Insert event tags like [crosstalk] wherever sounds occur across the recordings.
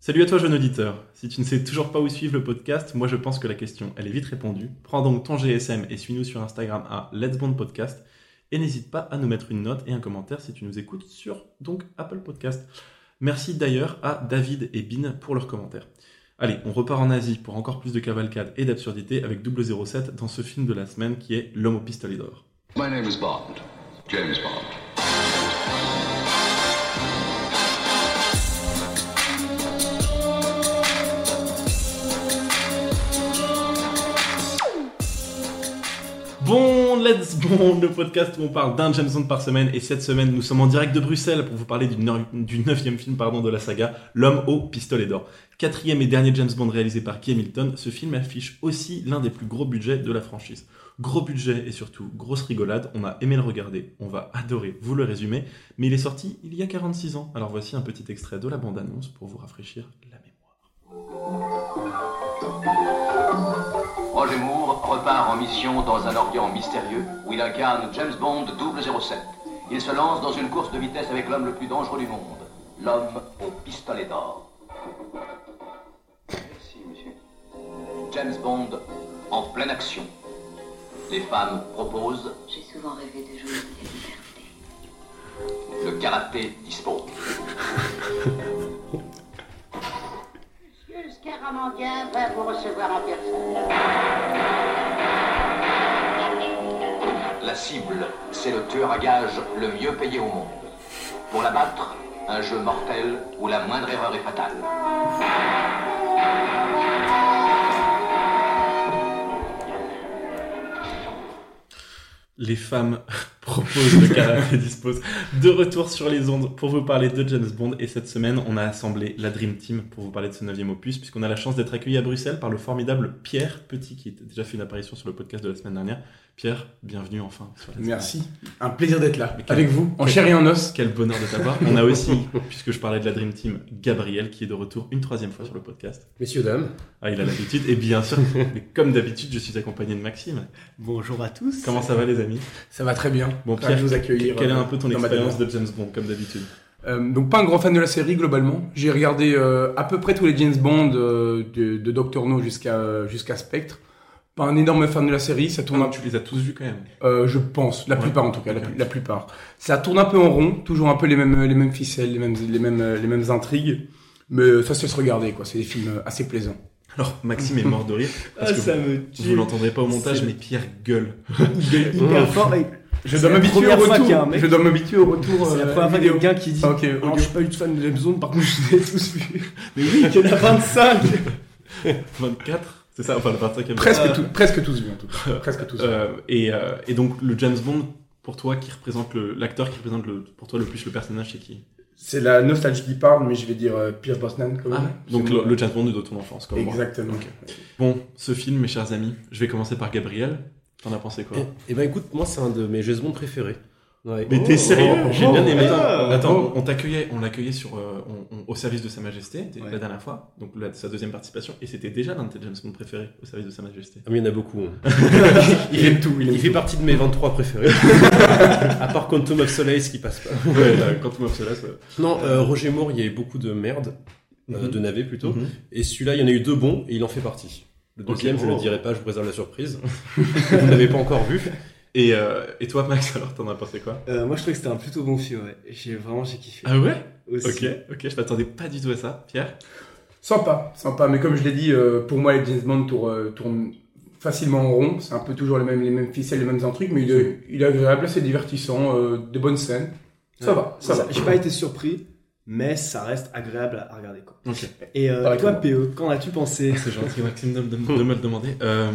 Salut à toi, jeune auditeur. Si tu ne sais toujours pas où suivre le podcast, moi je pense que la question, elle est vite répondue. Prends donc ton GSM et suis-nous sur Instagram à Let's Bond Podcast. Et n'hésite pas à nous mettre une note et un commentaire si tu nous écoutes sur donc Apple Podcast. Merci d'ailleurs à David et Bin pour leurs commentaires. Allez, on repart en Asie pour encore plus de cavalcade et d'absurdité avec 007 dans ce film de la semaine qui est L'homme au pistolet d'or. My name is Bond. James Bond. Bon, let's bon, [laughs] le podcast où on parle d'un James Bond par semaine. Et cette semaine, nous sommes en direct de Bruxelles pour vous parler du, neu- du neuvième film pardon, de la saga, L'homme au pistolet d'or. Quatrième et dernier James Bond réalisé par Guy Hamilton, ce film affiche aussi l'un des plus gros budgets de la franchise. Gros budget et surtout grosse rigolade, on a aimé le regarder, on va adorer vous le résumer, mais il est sorti il y a 46 ans. Alors voici un petit extrait de la bande-annonce pour vous rafraîchir la mémoire. Roger Moore repart en mission dans un Orient mystérieux où il incarne James Bond 007. Il se lance dans une course de vitesse avec l'homme le plus dangereux du monde, l'homme au pistolet d'or. Merci, monsieur. James Bond en pleine action. Les femmes proposent, J'ai souvent rêvé de jouer à la liberté. le karaté dispose. Monsieur Scaramanguin va vous recevoir en personne. La cible, c'est le tueur à gages le mieux payé au monde. Pour l'abattre, un jeu mortel où la moindre erreur est fatale. Les femmes [laughs] proposent le karaté dispose de retour sur les ondes pour vous parler de James Bond et cette semaine on a assemblé la Dream Team pour vous parler de ce neuvième opus puisqu'on a la chance d'être accueilli à Bruxelles par le formidable Pierre Petit qui a déjà fait une apparition sur le podcast de la semaine dernière. Pierre, bienvenue enfin. sur la Merci. Un plaisir d'être là, Mais quel- avec vous, en quel- chair et en os. Quel bonheur de t'avoir. On [laughs] a aussi, puisque je parlais de la Dream Team, Gabriel qui est de retour une troisième fois sur le podcast. Messieurs, dames, Ah, il a l'habitude et bien [laughs] sûr, mais comme d'habitude, je suis accompagné de Maxime. Bonjour à tous. Comment ça va les amis Ça va très bien. Bon, Ravi de vous accueillir. Quelle est euh, un peu ton dans ma expérience demeure. de James Bond comme d'habitude Euh, donc pas un grand fan de la série globalement. J'ai regardé euh, à peu près tous les James Bond euh, de, de Doctor No jusqu'à euh, jusqu'à Spectre. Pas un énorme fan de la série, ça tourne un Ah, Tu les as tous vus quand même. Euh, je pense, la Ouais. plupart en tout cas, la, Ok. la plupart. Ça tourne un peu en rond, toujours un peu les mêmes, euh, les mêmes ficelles, les mêmes, les mêmes, euh, les mêmes intrigues, mais euh, ça se laisse regarder quoi. C'est des films euh, assez plaisants. Alors, Maxime est mort de rire. Parce Ah, que ça me Vous tue. l'entendrez pas au montage, C'est- mais Pierre gueule. Il gueule hyper fort. et Je C'est dois la m'habituer au première fois retour. qu'il y a un mec- Je dois m'habituer au retour. C'est la euh, première fois qu'il y a vidéo. quelqu'un qui dit Ah, ok, Alors, ok. je suis pas une fan de James Bond, par contre, je l'ai tous vus. Mais oui, Il y en a [laughs] 25 24 C'est ça, enfin le 25 Euh, Presque, tout- presque tous vus en tout cas. Presque tous. vus. et, euh, et donc, le James Bond, pour toi, qui représente le- l'acteur qui représente le, pour toi le plus le personnage, c'est qui C'est la nostalgie qui parle, mais je vais dire euh, Pierce Brosnan quand même. Ah, Donc, C'est le, mon- le James Bond de ton enfance, comme moi. Exactement. Ok. Bon, ce film, mes chers amis, je vais commencer par Gabriel. T'en as pensé quoi et, ben écoute, moi c'est un de mes jeux de monde préférés. Ouais. Mais Oh, t'es sérieux Oh. oh, J'ai oh, bien aimé. ah, Attends, on t'accueillait, on l'accueillait sur, euh, on- on- au service de Sa Majesté t'es- Ouais. la dernière fois, donc la- sa deuxième participation, et c'était déjà l'un de tes James Bond préférés au service de Sa Majesté. Ah, mais il y en a beaucoup. [laughs] hein. Il aime tout. Il aime Il fait partie de mes 23 préférés. à part Quantum of Solace qui passe pas. [laughs] ouais, là, quand tu m'observes, ça. Non, euh, Roger Moore, il y a eu beaucoup de merde, euh, Mhm. de navets plutôt. Mhm. Et celui-là, il y en a eu deux bons et il en fait partie. Le Ok. deuxième, je Oh. le dirai pas, je vous réserve la surprise. [laughs] vous ne l'avez pas encore vu. Et, euh, et toi, Max, [laughs] alors t'en as pensé quoi Euh, Moi, je trouvais que c'était un plutôt bon film, ouais. J'ai vraiment, j'ai kiffé. ouais Ah, Aussi. Ok, ok, je m'attendais pas du tout à ça, Pierre. Sympa, sympa. Mais comme je l'ai dit, euh, pour moi, les James Bond tour- euh, tournent facilement en rond. C'est un peu toujours les mêmes, les mêmes ficelles, les mêmes intrigues, mais il est, il est agréable, c'est divertissant, euh, de bonnes scènes. Ça Ouais. va, ça va. J'ai pas été surpris, mais ça reste agréable à regarder, quoi. Ok. Et euh, Pareil toi, pour PE, qu'en as-tu pensé C'est gentil, Maxime, de, me- de me le demander. Euh,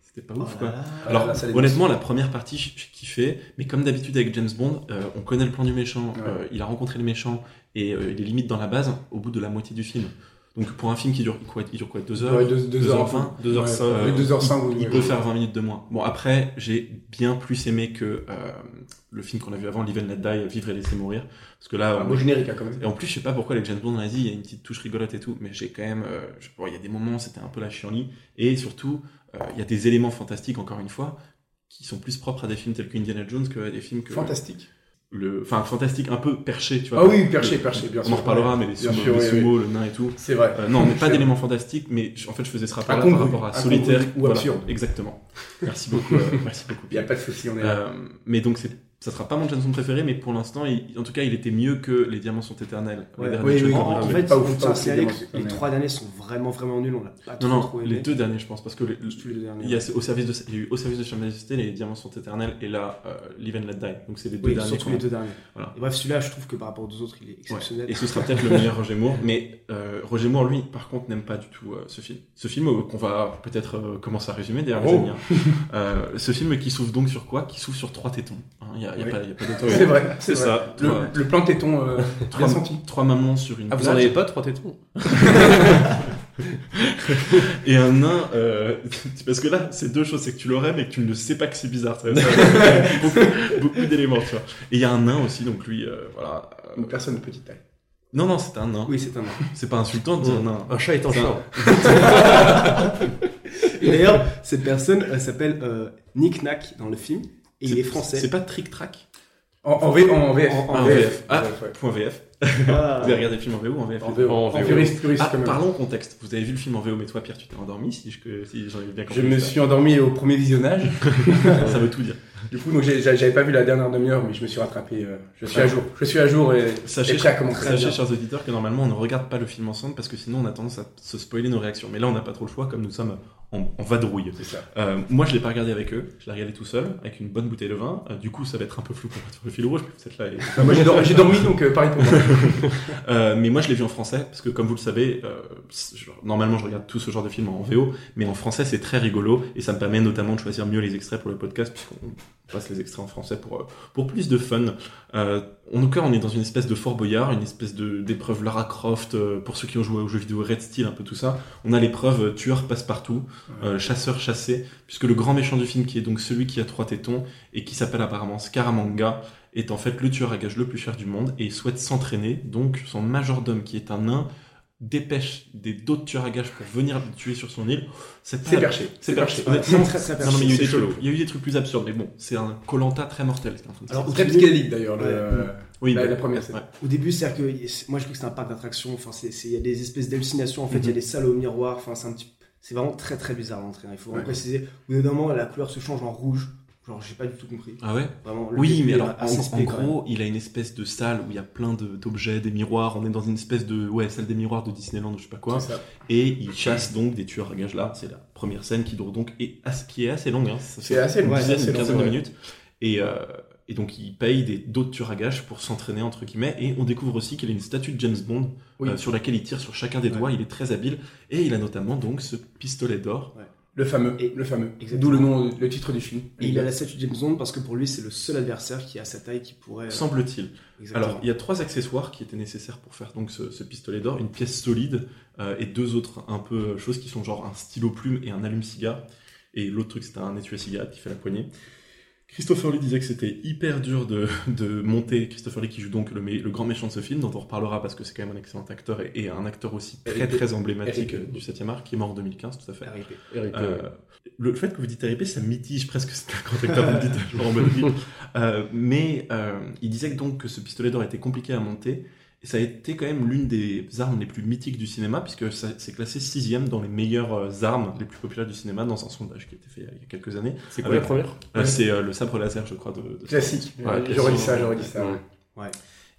c'était pas ouf, Oh quoi. là là. Alors, Ah, Là, ça les honnêtement, la première partie, je je kiffais. Mais comme d'habitude avec James Bond, euh, on connaît le plan du méchant. Ouais. euh, il a rencontré le méchant et euh, il est limite dans la base au bout de la moitié du film. Donc, pour un film qui dure quoi Il dure quoi Deux heures Ouais, deux- deux heures vingt vingt. Deux heures Ouais, cinq, ouais, euh, deux heures il- cinq, oui, Il, oui, peut oui. faire 20 minutes de moins. Bon, après, j'ai bien plus aimé que euh, le film qu'on a vu avant, Live and Let Die, Vivre et laisser mourir. Parce que là, Un on- beau générique, hein, quand même. et en plus, je sais pas pourquoi les James Bond en Asie, il y a une petite touche rigolote et tout, mais j'ai quand même. euh, je- bon, il y a des moments, c'était un peu la chienlit. Et surtout, euh, il y a des éléments fantastiques, encore une fois, qui sont plus propres à des films tels que Indiana Jones que à des films que. Fantastique. le, enfin, fantastique un peu perché, tu vois. Ah oui, perché, Le- perché, bien on sûr. en reparlera, mais les Bien sumos, sûr, les oui, oui. sumos, le nain et tout. C'est vrai. Euh, non, on n'est pas Bien sûr. d'éléments fantastiques, mais je- en fait, je faisais ce rapport par Incongru, rapport à incongru solitaire ou absurde. Exactement. Merci beaucoup. euh, merci beaucoup. [laughs] Il n'y a pas de souci, on est là. Euh, mais donc, c'est, ça sera pas mon Jameson préféré, mais pour l'instant, il- en tout cas, il était mieux que Les Diamants sont éternels. le Ouais. dernier Oui, que je oui, prends. oui, en Ah, oui. mais- fait, Pas pas ouf, ouf, hein, c'est que démon- les trois derniers sont vraiment, vraiment nuls. On l'a pas Non, trop non, trouvé. les deux derniers, je pense, parce que le- le- les deux derniers. il y a au service de, il y a eu au service de Sa Majesté, Les Diamants sont éternels, et là, euh, Live and Let Die. Donc, c'est les deux Oui, derniers. surtout qu'on a. les deux derniers. Voilà. Et bref, celui-là, je trouve que par rapport aux deux autres, il est Ouais. exceptionnel. Et ce sera peut-être le meilleur Roger Moore, mais euh, Roger Moore, lui, par contre, n'aime pas du tout euh, ce film. Ce film euh, qu'on va peut-être euh, commencer à résumer d'ailleurs, les Oh. amis, hein. Euh, ce film qui s'ouvre donc sur quoi Qui s'ouvre sur trois tétons. hein. Il n'y a, y a Oui. pas, y a pas d'autre- C'est vrai, C'est vrai. ça. Le, Trois, le plan téton, [laughs] euh, trois, senti. trois mamans sur une Ah, vous plage n'en avez pas trois tétons et un nain. euh, [laughs] parce que là, c'est deux choses, c'est que tu l'aurais, mais que tu ne sais pas que c'est bizarre. ça- ça- beaucoup beaucoup d'éléments, tu vois. Et il y a un nain aussi, donc lui, euh, voilà. une personne de petite taille. Non, non, c'est un nain. Oui, c'est un nain. C'est pas insultant de dire Mm. nain. Un chat est un Ça- chat. Et D'ailleurs, cette personne euh, s'appelle euh, Nick Knack dans le film. Et il est français. C'est pas trick-track En, en, V- en VF. En- en Ah, VF. Ah, ouais. point VF. Ah. Vous avez regardé le film en VO ou en VF En VF. En En VO. puriste, puriste, Ah, quand même. parlons contexte. Vous avez vu le film en VO, mais toi, Pierre, tu t'es endormi, si je- si j'en ai bien compris. Je me ça. suis endormi au premier visionnage. Ça veut tout dire. Du coup, donc j'ai- j'avais pas vu la dernière demi-heure, mais je me suis rattrapé. euh, je suis Ah. à jour. Je suis à jour et, Sachez, et prêt à commencer. sachez, chers auditeurs, que normalement, on ne regarde pas le film ensemble parce que sinon, on a tendance à se spoiler nos réactions. Mais là, on n'a pas trop le choix, comme nous sommes en, en vadrouille. C'est ça. Euh, moi, je l'ai pas regardé avec eux. Je l'ai regardé tout seul, avec une bonne bouteille de vin. Euh, du coup, ça va être un peu flou pour être sur le fil rouge. mais Vous êtes là et- [laughs] Enfin, moi j'ai dor- j'ai dormi, donc euh, pareil pour moi. Euh, mais moi, je l'ai vu en français, parce que comme vous le savez, euh, c'est- je- normalement, je regarde tout ce genre de films en VO, mais en français, c'est très rigolo, et ça me permet notamment de choisir mieux les extraits pour le podcast, puisqu'on passe les extraits en français pour, euh, pour plus de fun. Euh, en tout cas, on est dans une espèce de Fort Boyard, une espèce de- d'épreuve Lara Croft, euh, pour ceux qui ont joué aux jeux vidéo Red Steel, un peu tout ça. On a l'épreuve euh, tueur passe-partout, euh, chasseur chassé, puisque le grand méchant du film, qui est donc celui qui a trois tétons, et qui s'appelle apparemment Scaramanga, est en fait le tueur à gages le plus cher du monde et il souhaite s'entraîner. Donc son majordome, qui est un nain, dépêche des d'autres tueurs à gages pour venir le tuer sur son île. C'est pas- C'est perché. C'est perché. Ouais, Honnêtement, c'est très, très non, non, mais il y a eu perché, des c'est trucs- chelou. il y a eu des trucs plus absurdes, mais bon, c'est un Colanta très mortel. ce qui est en train de se Alors, passer. Très psychédélique d'ailleurs. le- Ouais. euh, oui, la, bah, la première scène. Au début, c'est-à-dire que y- c'est- moi je trouve que c'est un parc d'attractions. Enfin, c'est- c'est- il y a des espèces d'hallucinations. En fait, il Mhm. y a des salles au miroir. Enfin, c'est un petit. C'est vraiment très très bizarre à l'entrée. hein. Il faut vraiment Ouais. préciser. Au bout d'un moment, la couleur se change en rouge. Genre, j'ai pas du tout compris. Ah ouais Vraiment. le Oui, début mais est alors, en, assez en spé, quand même. gros, il a une espèce de salle où il y a plein de- d'objets, des miroirs. On est dans une espèce de ouais, salle des miroirs de Disneyland ou je sais pas quoi. C'est ça. Et il chasse donc des tueurs à gages là. C'est la première scène qui dure donc et as- qui est assez longue. Hein. Ça C'est fait assez une long. dizaine, c'est une long, quinzaine de ouais. minutes. Et, euh, et donc il paye des- d'autres tueurs à gages pour s'entraîner entre guillemets. Et on découvre aussi qu'il a une statue de James Bond Oui. euh, sur laquelle il tire sur chacun des Ouais. doigts. Il est très habile et il a notamment donc ce pistolet d'or. Le fameux. Et- Le fameux. D'où Exactement. le nom, le titre du film. Et il a la statue de James Bond parce que pour lui, c'est le seul adversaire qui a sa taille qui pourrait. euh, Semble-t-il. exactement. Alors, il y a trois accessoires qui étaient nécessaires pour faire donc ce, ce pistolet d'or, une pièce solide euh, et deux autres un peu euh, choses qui sont genre un stylo plume et un allume-cigare. Et l'autre truc, c'était un étui-cigare qui fait la poignée. Christopher Lee disait que c'était hyper dur de, [laughs] de monter. Christopher Lee qui joue donc le, mé- le grand méchant de ce film, dont on reparlera parce que c'est quand même un excellent acteur et, et un acteur aussi très R.I.P. très emblématique R.I.P. euh, du 7 e art qui est mort en 2015, tout à fait. RIP. Euh, le fait que vous dites RIP, ça mitige presque ce quand acteur vous le dites, genre en mode RIP. [laughs] Euh, mais euh, il disait que donc que ce pistolet d'or était compliqué à monter. Et ça a été quand même l'une des armes les plus mythiques du cinéma, puisque ça- c'est classé sixième dans les meilleures euh, armes les plus populaires du cinéma dans un sondage qui a été fait euh, il y a quelques années. C'est quoi quoi la la première Euh, c'est euh, le sabre laser, je crois, de, de- Classique. Ouais, Euh, classique. J'aurais dit ça, j'aurais dit ça. ouais.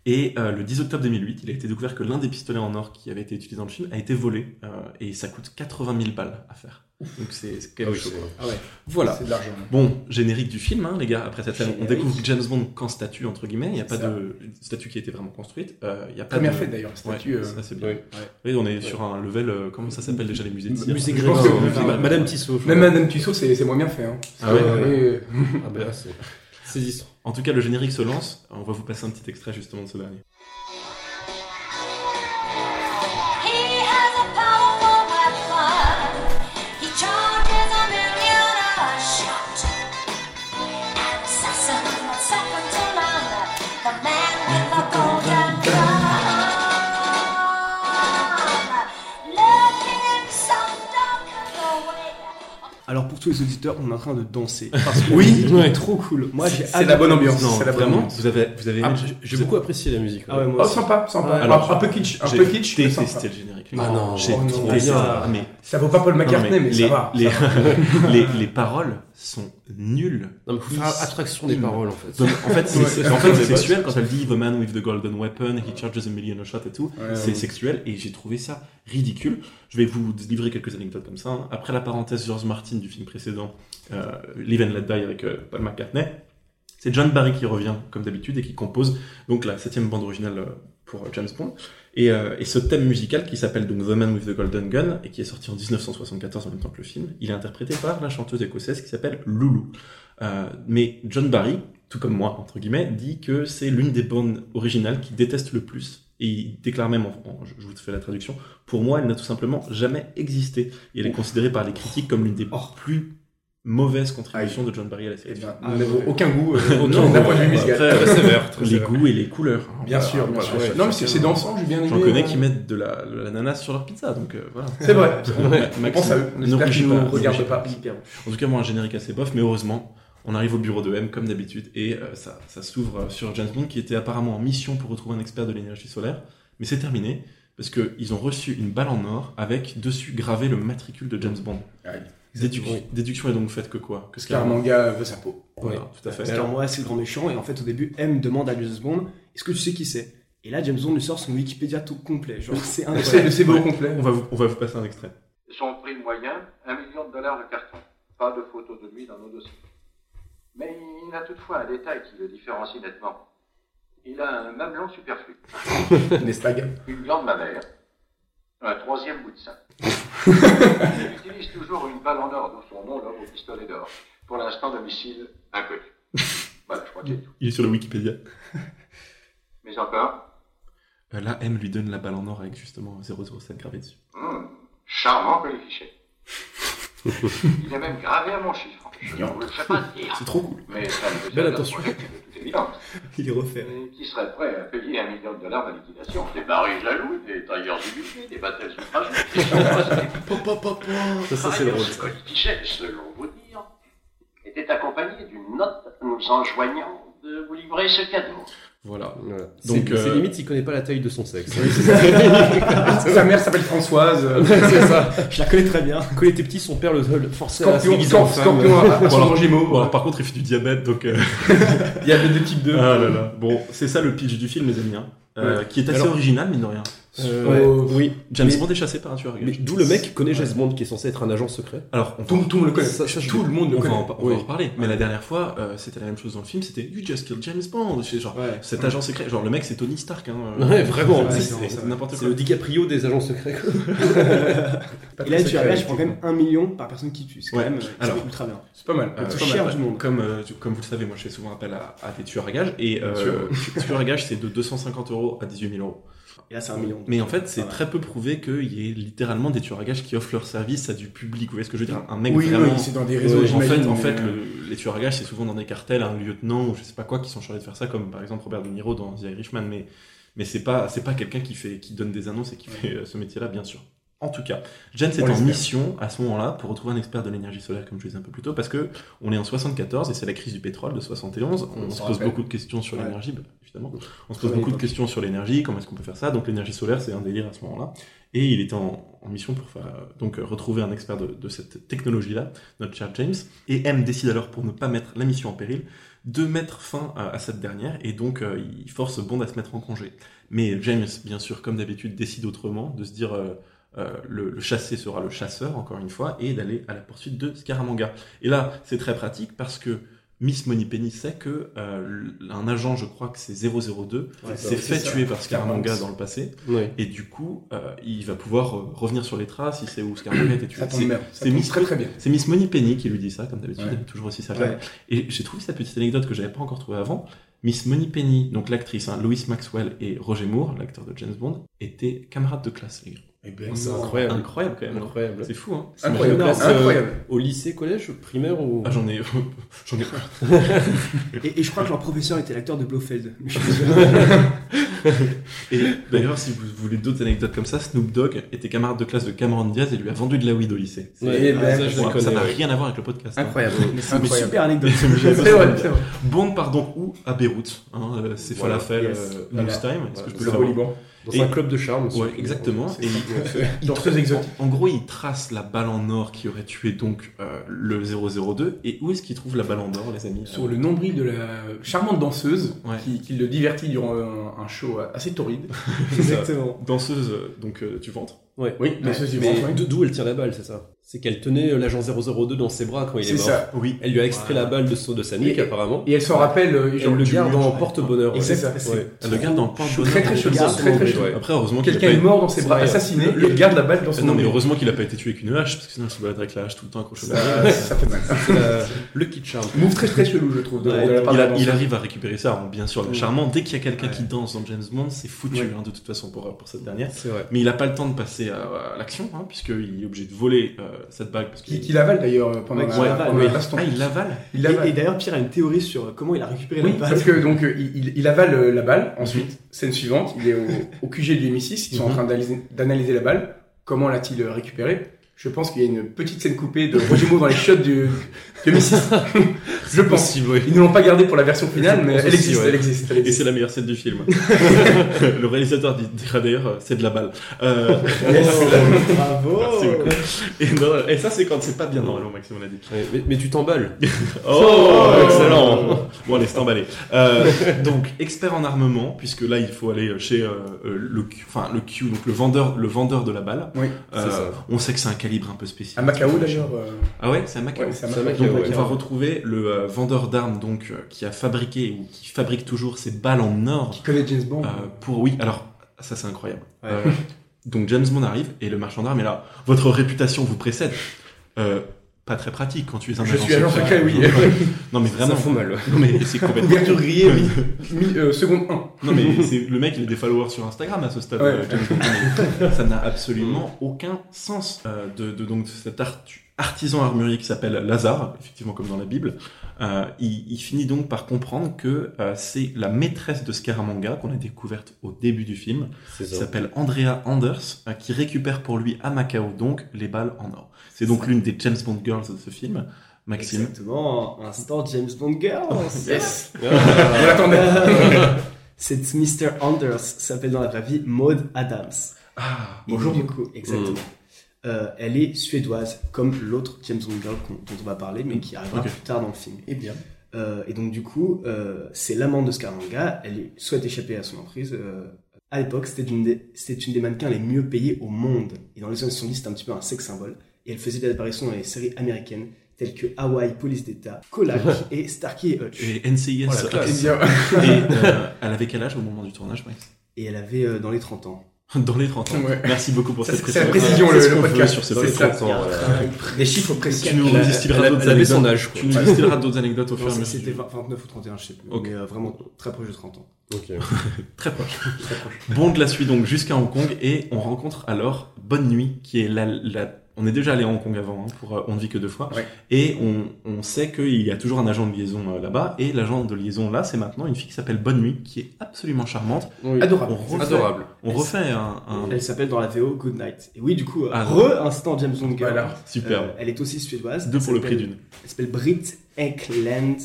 Et euh, le 10 octobre 2008, il a été découvert que l'un des pistolets en or qui avait été utilisé dans le film a été volé, euh, et ça coûte 80 000 balles à faire. Donc c'est c'est quand même chaud. Ah ouais. Voilà. C'est de l'argent. Bon, générique du film, hein, les gars. Après cette scène, on Générique. découvre James Bond qu'en statue, entre guillemets. Il n'y a pas C'est ça. de statue qui a été vraiment construite. Euh, Il y a pas Première de... fête d'ailleurs. Ouais, Statue. euh, ça, c'est bien. ouais. Oui, on est sur un level. euh, comment ça s'appelle déjà les musées de Cire Musée Je Grévin. pense que- Enfin, Ma- Madame Madame Tissot. Tissot. je Même crois. Madame Tussaud, c'est c'est moins bien fait. Hein. Ah ouais. ouais. Et, euh, Ah ben là, c'est saisissant. En tout cas, le générique se lance. On va vous passer un petit extrait justement de ce [laughs] dernier. He has a powerful weapon. He charges a million a shot. An assassin, second to none. The man with the golden gun. Looking in some dark away. Alors pour tous les auditeurs, on est en train de danser. [laughs] Parce que Oui, la musique est ouais. trop cool. Moi, j'ai C'est la bonne adoré. ambiance. Non, C'est la bonne vraiment, ambiance. vous avez, vous avez Ah, aimé- j'ai- J'ai vous- beaucoup apprécié la musique. ouais. Ah ouais, moi Oh, aussi. sympa, sympa. Ouais. Alors, un peu kitsch, un j'ai peu kitsch. mais sympa. détesté le générique. Ah non. j'ai Oh non. détesté Mais ça. ça- Mais Ça vaut pas Paul McCartney, non, mais, ça les- va. les- [laughs] les- les paroles sont nulles. Non, mais faut faire attraction des paroles en fait. Donc, en fait, c'est Ouais. c'est- en fait, c'est Ouais. sexuel quand elle dit The man with the golden weapon, he charges a million shot et tout. Ouais, c'est ouais. sexuel et j'ai trouvé ça ridicule. Je vais vous livrer quelques anecdotes comme ça. hein. Après la parenthèse George Martin du film précédent, euh, Live and Let Die avec euh, Paul McCartney, c'est John Barry qui revient comme d'habitude et qui compose donc la septième bande originale euh, pour euh, James Bond. Et, euh, et ce thème musical qui s'appelle donc The Man with the Golden Gun et qui est sorti en 1974 en même temps que le film, il est interprété par la chanteuse écossaise qui s'appelle Loulou. Euh, mais John Barry, tout comme moi, entre guillemets, dit que c'est l'une des bandes originales qu'il déteste le plus. Et il déclare même, en, en- je je vous fais la traduction, pour moi, elle n'a tout simplement jamais existé. Et elle est considérée par les critiques comme l'une des plus mauvaises contributions de John Barry à la Eh série. bien, on n'a aucun goût, euh, Non, aucun- d'un point de vue ouais, musical. Très, très sévère. Très les sévère. goûts et les couleurs. Bien sûr, bien voilà, sûr. ouais, non, mais c'est c'est dansant, j'ai bien aimé. J'en connais euh, qui mettent de la, de l'ananas sur leur pizza, donc euh, voilà. C'est vrai. Maxime, On pense à eux. On ne espère rougis qu'ils pas, nous ne regardent rougis pas. En tout cas, moi, un générique assez bof, mais heureusement, on arrive au bureau de M comme d'habitude et euh, ça, ça s'ouvre sur James Bond qui était apparemment en mission pour retrouver un expert de l'énergie solaire, mais c'est terminé parce qu'ils ont reçu une balle en or avec dessus gravé le matricule de James Bond. Aïe. Déduc- Déduction est donc faite que quoi Que Car Scarman. manga veut sa peau. Voilà, tout à fait. Parce qu'en moi, c'est le grand méchant, et en fait, au début, M demande à James Bond Est-ce que tu sais qui c'est Et là, James Bond lui sort son Wikipédia tout complet. [laughs] Genre, c'est C'est incroyable. le CBO complet. On va, vous, on va vous passer un extrait. Son prix moyen, un million de dollars le carton. Pas de photo de lui dans nos dossiers. Mais il a toutefois un détail qui le différencie nettement. Il a un mamelon superflu, Nestag. une glande mammaire, un troisième bout de [laughs] sein. il utilise toujours une balle en or, dont son nom l'homme au pistolet d'or. Pour l'instant, domicile inconnu. Voilà, je crois que c'est tout. Il est sur le Wikipédia. Mais encore, Euh, là, M lui donne la balle en or avec justement 007 gravé dessus. hmm, charmant que les fichiers. [laughs] il est même gravé à mon chiffre. Je ne vous le fais pas dire. C'est trop cool. Mais ça ne Belle attention. De toute évidence. Il est hein. refait. Et Qui serait prêt à payer un million de dollars de liquidation Des barils jaloux, des tailleurs du budget, des batailles suffrages, des Par Ça, ça c'est drôle. ailleurs, ce ça. colifichet, selon vous dire, était accompagné d'une note nous enjoignant de vous livrer ce cadeau. Voilà. Voilà. Donc, Donc, c'est euh, limite, il connaît pas la taille de son sexe. [laughs] Sa mère s'appelle Françoise. euh, c'est ça. Je la connais très bien. Quand il était petit, son père le, le forçait à Scorpion, s'aiguiser en scorpion, femme. scorpion à à Bon, son alors- nom Gémeaux. Bon, alors, par contre, il fait du diabète, donc. [laughs] euh, Il y a deux types 2. Ah là là. Bon, c'est ça le pitch du film, les amis. hein. Euh, Qui est assez Alors- original, mine de rien. Euh, Ouais. Oui. James Mais- Bond est chassé par un tueur à gages. Mais d'où le mec qui connaît James Bond, qui est censé être un agent secret. Alors, on, va- Tout tout le monde le connaît. Ça, ça, je- Tout le monde le on va, connaît. en, on va Oui. en reparler. Mais la dernière fois, euh, c'était la même chose dans le film. C'était You just killed James Bond. C'est genre Ouais. cet agent secret. Genre le mec, c'est Tony Stark. Hein. Ouais, vraiment. C'est- Ouais, C'est c'est n'importe C'est quoi. le DiCaprio des agents secrets. quoi. Pas Et là, très tu as là, je secret, prends quand même un million par personne qui tue. C'est quand Ouais. même euh, Alors, c'est ultra bien. C'est pas mal. Euh, Le plus pas cher mal. du monde. Comme, euh, tu- comme vous le savez, moi je fais souvent appel à, à des tueurs à gages et euh, tueurs à gages c'est de 250 euros à 18 000 euros. Et là, c'est un million. Mais en fait, c'est Ouais. très peu prouvé qu'il y ait littéralement des tueurs à gages qui offrent leur service à du public. Vous voyez ce que je veux dire Un mec Oui, vraiment oui, c'est dans des réseaux, en j'imagine. fait, en mais, fait euh, le- les tueurs à gages, c'est souvent dans des cartels, un lieutenant ou je sais pas quoi, qui sont chargés de faire ça, comme par exemple Robert De Niro dans The Irishman. Mais, mais c'est pas, c'est pas quelqu'un qui, fait, qui donne des annonces et qui fait euh, ce métier-là, bien sûr. En tout cas, James est On en l'espère. mission à ce moment-là pour retrouver un expert de l'énergie solaire, comme je le disais un peu plus tôt, parce que on est en 74 et c'est la crise du pétrole de 71. On, On se s'en pose rappelle. beaucoup de questions sur Ouais. l'énergie, bah, évidemment. On se Très pose belle beaucoup de époque. questions sur l'énergie, comment est-ce qu'on peut faire ça. Donc l'énergie solaire, c'est un délire à ce moment-là. Et il était en, en mission pour faire, euh, donc euh, retrouver un expert de, de cette technologie-là, notre cher James. Et M décide alors, pour ne pas mettre la mission en péril, de mettre fin à, à cette dernière. Et donc euh, il force Bond à se mettre en congé. Mais James, bien sûr, comme d'habitude, décide autrement, de se dire. euh, euh, le, le chassé sera le chasseur, encore une fois, et d'aller à la poursuite de Scaramanga. Et là, c'est très pratique parce que Miss Moneypenny sait que euh, l- un agent, je crois que c'est 002, Ouais, s'est c'est fait ça. tuer par Scaramanga Scaramanga. dans le passé, Ouais. et du coup, euh, il va pouvoir euh, revenir sur les traces, il sait où Scaramanga était tué. Ça tombe C'est- bien. Ça c'est tombe mis- très très bien. C'est Miss Moneypenny qui lui dit ça, comme d'habitude, Ouais. toujours aussi sage. Et j'ai trouvé cette petite anecdote que j'avais pas encore trouvée avant. Miss Moneypenny, donc l'actrice, hein, Lois Maxwell et Roger Moore, l'acteur de James Bond, étaient camarades de classe, les gars. C'est Non. incroyable. Incroyable quand même. hein. Incroyable. C'est fou, hein. Incroyable. Classe, euh, Incroyable. Au lycée, collège, primaire ou. Ah, j'en ai. [laughs] j'en ai. [laughs] Et, et je crois que leur professeur était l'acteur de Blofeld. Et d'ailleurs, si vous voulez d'autres anecdotes comme ça, Snoop Dogg était camarade de classe de Cameron Diaz et lui a vendu de la weed au lycée. Eh ben, ça, je Voilà, la connais, ça n'a ouais. rien à voir avec le podcast. hein. Incroyable. Incroyable. Super anecdote. C'est vrai, c'est vrai. Bond part donc où À Beyrouth. Hein, euh, c'est Voilà, Falafel yes. euh, Voilà. Lunchtime. Est-ce que Voilà, je peux c'est le ça. savoir Au Liban. Dans Et- un club de charme. Ouais, exactement. Et il- Danseuse exotique. En gros, il trace la balle en or qui aurait tué donc euh, le 002. Et où est-ce qu'il trouve la balle en or, les amis Sur le nombril de la charmante danseuse Ouais. qui, qui le divertit durant un, un show assez torride. Exactement. Danseuse euh, donc euh, du ventre. Ouais. Oui, danseuse du Mais ventre, oui. d'o- d'où elle tire la balle, c'est ça C'est qu'elle tenait euh, l'agent 002 dans ses bras quand il est, C'est mort. ça. Ah, Oui. Elle lui a extrait la balle de, son, de sa nuque, Et- apparemment. Et elle s'en rappelle. euh, Et genre, elle le du garde mur. en porte-bonheur. Et c'est ouais. ça. Ouais. Elle le garde dans le porte Très très chaud. Dans son Très très nombril, chaud. ouais. Après, heureusement qu'il a Quelqu'un pas est été- mort dans ses C'est bras, vrai. assassiné, et il garde la balle dans Ah son Non, mais nombril. heureusement qu'il a pas été tué avec une hache, parce que sinon il se balade avec la hache tout le temps accroché au mur. Ah, Ça, ça fait mal. C'est la- le kit charme. Move très très chelou, je trouve, de, Ouais, de la part Il, de a- la il danseuse. arrive à récupérer ça, hein, bien sûr, le Ouais. charmant. Dès qu'il y a quelqu'un Ouais. qui danse dans James Bond, c'est foutu, Ouais. hein, de toute façon, pour, pour cette dernière. C'est vrai. Mais il n'a pas le temps de passer à, à l'action, hein, puisqu'il est obligé de voler euh, cette bague. Parce que... Qui, qui l'avale d'ailleurs pendant Ouais, la, qui l'avale, pendant oui. la baston. Ah, il l'avale Il l'avale. Et, et d'ailleurs, Pierre a une théorie sur comment il a récupéré Oui, la balle. parce que donc euh, il, il- il avale euh, la balle. Ensuite, scène suivante, il est au, au QG du M6. Ils sont en Mhm. train d'analyser- d'analyser la balle. Comment l'a-t-il euh, récupérée Je pense qu'il y a une petite scène coupée de Roger Moore dans les shots du, du M6. je pense. Possible, oui. Ils ne l'ont pas gardée pour la version finale, Je mais pense elle aussi, existe, ouais. elle existe, elle Et existe. c'est la meilleure scène du film. [laughs] le réalisateur dit- dira d'ailleurs, euh, c'est de la balle. Euh, Oh, bravo. merci beaucoup. [laughs] Et, non, et ça, c'est quand c'est pas bien dans le long, Maxime, on l'a dit. Ouais, mais, mais tu t'emballes. Oh, Oh. excellent Bon, allez, c'est emballé. Euh, donc, expert en armement, puisque là, il faut aller chez euh, euh, le, Q- enfin, le Q, donc le vendeur, le vendeur de la balle. Oui, Euh, c'est ça. On sait que c'est un calibre un peu spécial. À Macao d'ailleurs. euh, Ah ouais, c'est à Macao. ouais, c'est à C'est à Macao. Macao, Donc, ouais. on va retrouver le euh, vendeur d'armes donc euh, qui a fabriqué ou qui fabrique toujours ses balles en or Qui connaît James Bond. euh, pour oui. Alors ça c'est incroyable. Ouais. Euh, donc James Bond arrive et le marchand d'armes est là. Votre réputation vous précède. Euh, pas très pratique quand tu es un je agent suis agent secret. secret, oui. Non mais Ça vraiment. fout mal. ouais. Non mais [laughs] c'est complètement. Ouverture grillée, oui. Mi- euh, seconde 1. Non mais c'est- le mec il a des followers sur Instagram à ce stade. Ouais. euh, James Bond. [laughs] Mais ça n'a absolument aucun sens euh, de, de donc de cet art- artisan armurier qui s'appelle Lazare, effectivement comme dans la Bible. euh, il, il finit donc par comprendre que euh, c'est la maîtresse de Scaramanga qu'on a découverte au début du film, C'est qui ça. s'appelle Andrea Anders, euh, qui récupère pour lui à Macao donc les balles en or. C'est donc l'une des James Bond girls de ce film. Maxime. Exactement, instant James Bond Girl. Euh, Yes. Ah, On l'attendait. Cette Mr. Anders s'appelle dans la vraie vie Maud Adams. Ah, Et Du coup, exactement. Euh, elle est suédoise, comme l'autre James Bond girl qu'on- dont on va parler, mais qui arrivera Ok. plus tard dans le film. Et bien. Euh, et donc, du coup, euh, c'est l'amante de Scaramanga. Elle souhaite échapper à son emprise. euh, à l'époque, c'était une, des- c'était une des mannequins les mieux payées au monde. Et dans les années 70, c'était un petit peu un sexe symbole. Et elle faisait des apparitions dans les séries américaines telles que Hawaii Police d'État, Colac et Starkey et Hutch. Et NCIS. Oh, la Hub. classe. Et bien. Et euh, elle avait quel âge au moment du tournage, Max Et elle avait euh, dans les 30 ans. [laughs] Dans les 30 ans. Ouais. Merci beaucoup pour Ça, cette c'est la précision. précision, C'est le- ce le qu'on veut podcast. sur ces C'est balles. ça. Il y a un travail précis. Des chiffres précis. Tu nous Elle a- distilleras elle a- d'autres elle avait son anecdotes. âge. quoi. Tu nous distilleras d'autres anecdotes au fur et à Non, mesure. C'était 20 29 ou 31, je sais plus. Ok. Mais euh, vraiment très proche de 30 ans. Ok. Très proche. Bond la suit donc jusqu'à Hong Kong et on rencontre alors Bonne Nuit qui est la... la- On est déjà allé à Hong Kong avant, hein, pour euh, On ne vit que deux fois. Ouais. Et on, on sait qu'il y a toujours un agent de liaison euh, là-bas. Et l'agent de liaison là, c'est maintenant une fille qui s'appelle Bonne Nuit, qui est absolument charmante. Ah, Adorable. On refait, Adorable. On refait un... un- Elle s'appelle dans la VO Goodnight. Et oui, du coup, euh, Ah, re instant James Bond girl. Voilà. Superbe. Euh, elle est aussi suédoise. Deux pour le Elle prix s'appelle- d'une. Elle s'appelle Britt Eklund.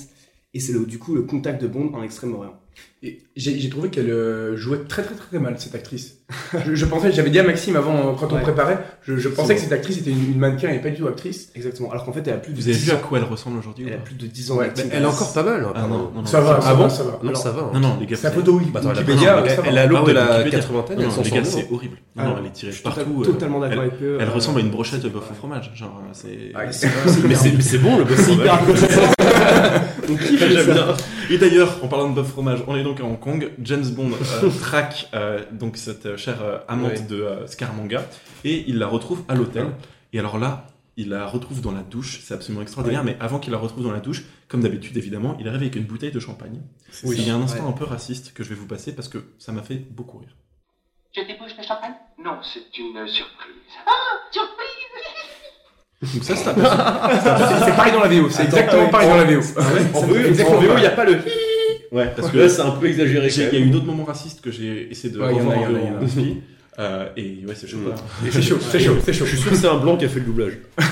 Et c'est le- du coup le contact de Bond en Extrême-Orient. Et J'ai j'ai trouvé qu'elle euh, jouait très très très mal cette actrice. je, je pensais, j'avais dit à Maxime avant euh, quand on Ouais. préparait, je, je C'est pensais que cette actrice était une, une mannequin et pas du tout actrice. Exactement. Alors qu'en fait, elle a plus de Vous avez 10 vu à ans. quoi elle ressemble aujourd'hui ou Elle a pas plus de 10 ans. Ouais, d'acting. Elle est encore pas mal. hein, Ah non, non, non. euh, Ça va, Ah ça bon va, ça va. Non, Alors, ça va. hein. Non, non, les gars, Sa c'est- photo oui, Bah, attends, elle a- Wikipédia, non, elle- ça va. Elle a Ah l'aube ouais, de la Wikipédia. quatre-vingtaine. Non, elle s'en les sort gars, bien. c'est horrible. Non, Ah, non, elle est tirée Je suis partout. euh, totalement d'accord elle, avec eux. elle euh, ressemble à une brochette de bœuf au fromage. Genre, euh, c'est. Ah, c'est- Mais c'est c'est bon le boss. C'est hyper Donc, qui [laughs] fait J'aime ça bien. Et d'ailleurs, en parlant de bœuf fromage, on est donc à Hong Kong. James Bond [laughs] euh, traque euh, donc cette euh, chère euh, amante Ouais. de euh, Scaramanga et il la retrouve à l'hôtel. Et alors là, il la retrouve dans la douche. C'est absolument extraordinaire. Mais avant qu'il la retrouve dans la douche, comme d'habitude évidemment, il arrive avec une bouteille de champagne. Oui. Il y a un instant un peu raciste que je vais vous passer parce que ça m'a fait beaucoup [laughs] rire. Je débouche le champagne Non, c'est une surprise. Surprise Donc ça, c'est un- C'est pareil dans la VO, c'est Attends, exactement ouais. pareil dans la VO. En C'est VO, exactement en VO, il pareil. n'y a pas le. Ouais, parce que Là, c'est un peu exagéré. j'ai- Quand il y a même. eu d'autres moments racistes que j'ai essayé de Ouais, il y en a, revoir un peu il y en a, en ski. Euh, et ouais, c'est chaud. quoi. C'est chaud, c'est chaud, c'est chaud. Je suis sûr que c'est un blanc qui a fait le doublage. [laughs]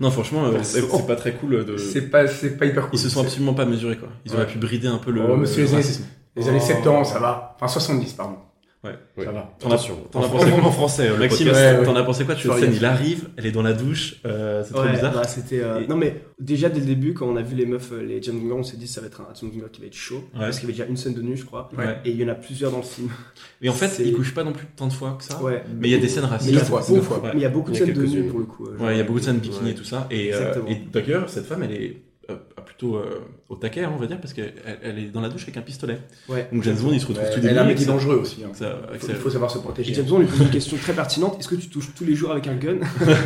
Non, franchement, euh, c'est Forcément. c'est pas très cool de. C'est pas, c'est pas hyper cool. Ils se sont C'est- absolument pas mesurés quoi. Ils auraient pu brider un peu le, Oh, mais c'est le les années- racisme. Les années Oh. 70, ça va. Enfin, 70, pardon. Ouais. Ça va. T'en as, t'en as pensé quoi en français le Maxime, podcast. Ouais, ouais. t'en as pensé quoi Tu vois, Florian. scène, il arrive, elle est dans la douche, euh, c'est trop Ouais, bizarre. bah, c'était, euh, Et- Non, mais déjà dès le début, quand on a vu les meufs, euh, les James Bond, on s'est dit ça va être un James Bond qui va être chaud. Ouais. Parce qu'il y avait déjà une scène de nu, je crois. Ouais. Et il y en a plusieurs dans le film. Et en fait, C'est- il couche pas non plus tant de fois que ça. Ouais. Mais il y a des scènes racistes. Deux fois, Ah. C'est deux de- fois. ouais. Mais il y a beaucoup de Il y a scènes de nu quelques-unes. pour le coup. euh, Ouais, il y a beaucoup de scènes bikini Ouais. et tout ça. Et, euh, Exactement. et d'ailleurs, cette femme, elle est euh, plutôt euh, au taquet, hein, on va dire, parce qu'elle elle est dans la douche avec un pistolet. Ouais. Donc James Bond, il se retrouve Ouais, tout elle a dénudé. un mec avec qui est sa- dangereux aussi. hein. avec sa- avec Faut- sa- Il faut savoir se Et protéger. James Bond lui pose une question très pertinente est-ce que tu touches tous les jours avec un gun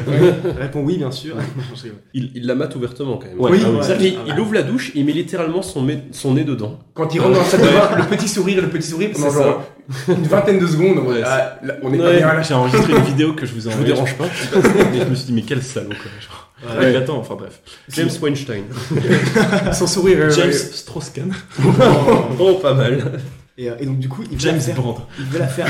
Elle répond oui, bien sûr. Il, il la mate ouvertement quand même. Ouais, ah oui. C'est-à-dire qu'il- Ah il ouvre la douche, il met littéralement son, mé- son nez dedans. Quand il rentre dans la salle de bain, le petit sourire, le petit sourire pendant C'est genre une vingtaine de secondes, on, Ouais, ah, là, on est pas Ouais. bien là. J'ai enregistré une vidéo que je vous ai Je vous envoyée. dérange pas. [laughs] Mais je me suis dit, mais quel salaud, quoi. Genre. Ouais. Il attend, enfin bref. James Weinstein. Son sourire. euh, James ouais. Strauss-Kahn. Oh, pas mal. Et, euh, et donc, du coup, il veut, James la faire, Brand. il veut la faire.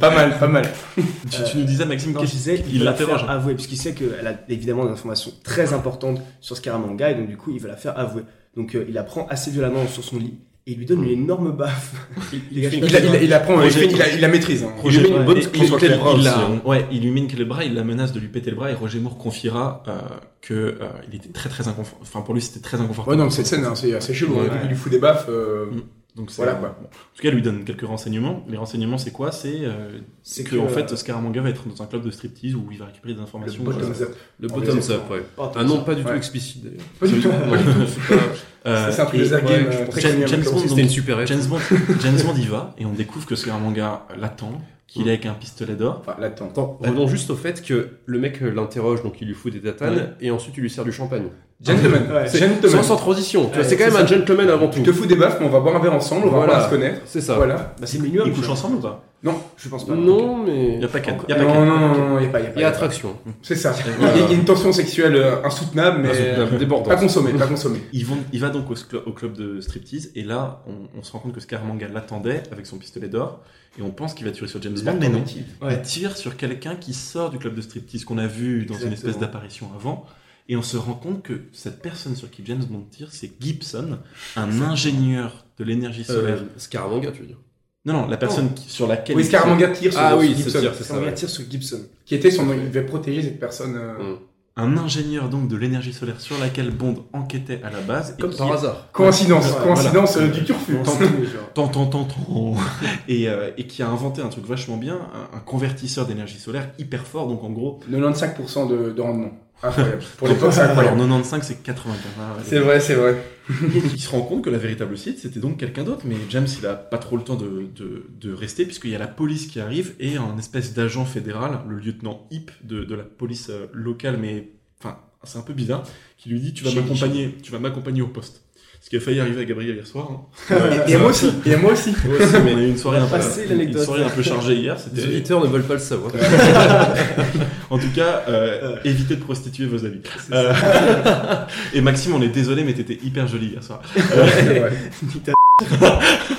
Pas mal, pas mal. Tu, tu nous disais, Maxime, Non, qu'est-ce je disais, qu'il il veut la l'interroge. faire avouer, puisqu'il sait qu'elle a évidemment des informations très importantes sur Scaramanga, et donc du coup, il veut la faire avouer. Donc, euh, il la prend assez violemment sur son lit, et il lui donne une énorme baffe. Il- il- Il, a- il a- il apprend, il, Projet- fait- il a- il la maîtrise. hein. Projet- met une bonne Et- claque il lui sur le pète- bras il aussi, la- hein. ouais, il lui mine que le bras, il la menace de lui péter le bras et Roger Moore confiera euh, que euh, il était très très inconfortable. Enfin pour lui c'était très inconfortable. Ouais, non, mais cette scène, hein, c'est assez chelou. hein. Ouais. Il lui fout des baffes. euh, Mm. Donc c'est- Voilà, quoi. bon. En tout cas, il lui donne quelques renseignements. Les renseignements c'est quoi C'est euh, C'est que, en fait Scaramanga va être dans un club de striptease où il va récupérer des informations. Euh, bottoms voilà. up. Le Oh, bottoms les up, ouais. oh, Un nom Ah pas du tout Ouais. explicite d'ailleurs. Pas du tout. Non, c'est pas- Euh, C'est un truc et- de Zack ouais, Game, je euh, pense- très James, connu James avec Bond, Francis donc, C'était une super James Bond, James Bond y va et on découvre que Scaramanga l'attend, qu'il est avec un pistolet d'or. Enfin, l'attente. Attends, revenons juste au fait que le mec euh, l'interroge, donc il lui fout des tatanes, Ouais. et ensuite il lui sert du champagne. Gentleman. Ouais. C'est Sans, Gentleman. sans transition, tu vois, Ouais, c'est quand c'est même un gentleman avant tout. Je te fous des baffes, mais on va boire un verre ensemble, on va Voilà. apprendre à se connaître. C'est ça. Voilà. Bah, c'est minuit, Ils couchent ensemble ou pas Non, je pense Non, mais. Il y a pas quatre. Il y a pas Non, non, quatre. non, non, il n'y a pas. y a pas, Il y y a a pas. attraction. C'est ça. Il y, Voilà. a- il y a une tension sexuelle euh, insoutenable, mais Insoutenable, débordante. pas consommée, pas consommée. Ils vont, il va donc au, sclo- au club de striptease et là on, on se rend compte que Scaramanga l'attendait avec son pistolet d'or et on pense qu'il va tirer sur James Bond mais non. Ouais. Il tire sur quelqu'un qui sort du club de striptease qu'on a vu dans une Exactement. espèce d'apparition avant et on se rend compte que cette personne sur qui James Bond tire c'est Gibson, un ingénieur de l'énergie solaire. Euh, Scaramanga, tu veux dire. Non non la personne qui- sur laquelle Oui, il tire- Scaramanga tire sur Ah oui, Gibson, c'est sûr, c'est ça. On ouais. tire sur Gibson. qui était son il devait protéger cette personne. euh, Mm. un ingénieur donc de l'énergie solaire sur laquelle Bond enquêtait à la base et Comme qui par hasard. Coïncidence, Ouais, coïncidence euh, du turfu. Dans tous les genres. Tant, tant, tant, tant. [laughs] Et, euh, et qui a inventé un truc vachement bien, un, un convertisseur d'énergie solaire hyper fort. Donc en gros, 95% de, de rendement. Incroyable. [laughs] Pour l'époque, c'est alors ah, incroyable. 95 c'est 95. C'est vrai, c'est vrai. Et il se rend compte que la véritable cible c'était donc quelqu'un d'autre. Mais James il a pas trop le temps de, de, de rester puisqu'il y a la police qui arrive et un espèce d'agent fédéral, le lieutenant Hip de, de la police euh, locale, mais enfin c'est un peu bizarre, qui lui dit tu vas Chez- m'accompagner, tu vas m'accompagner au poste. Ce qui a failli arriver à Gabriel hier soir. hein. [laughs] Et, et moi aussi. Et moi aussi. Ouais, c'est- mais on a eu une soirée, un peu, passé une l'anecdote. soirée un peu chargée hier. Les C'était auditeurs ne veulent pas le savoir. En tout cas, euh, Euh. évitez de prostituer vos amis. [laughs] Euh, [laughs] et Maxime, on est désolé, mais t'étais hyper jolie hier soir. C'est vrai.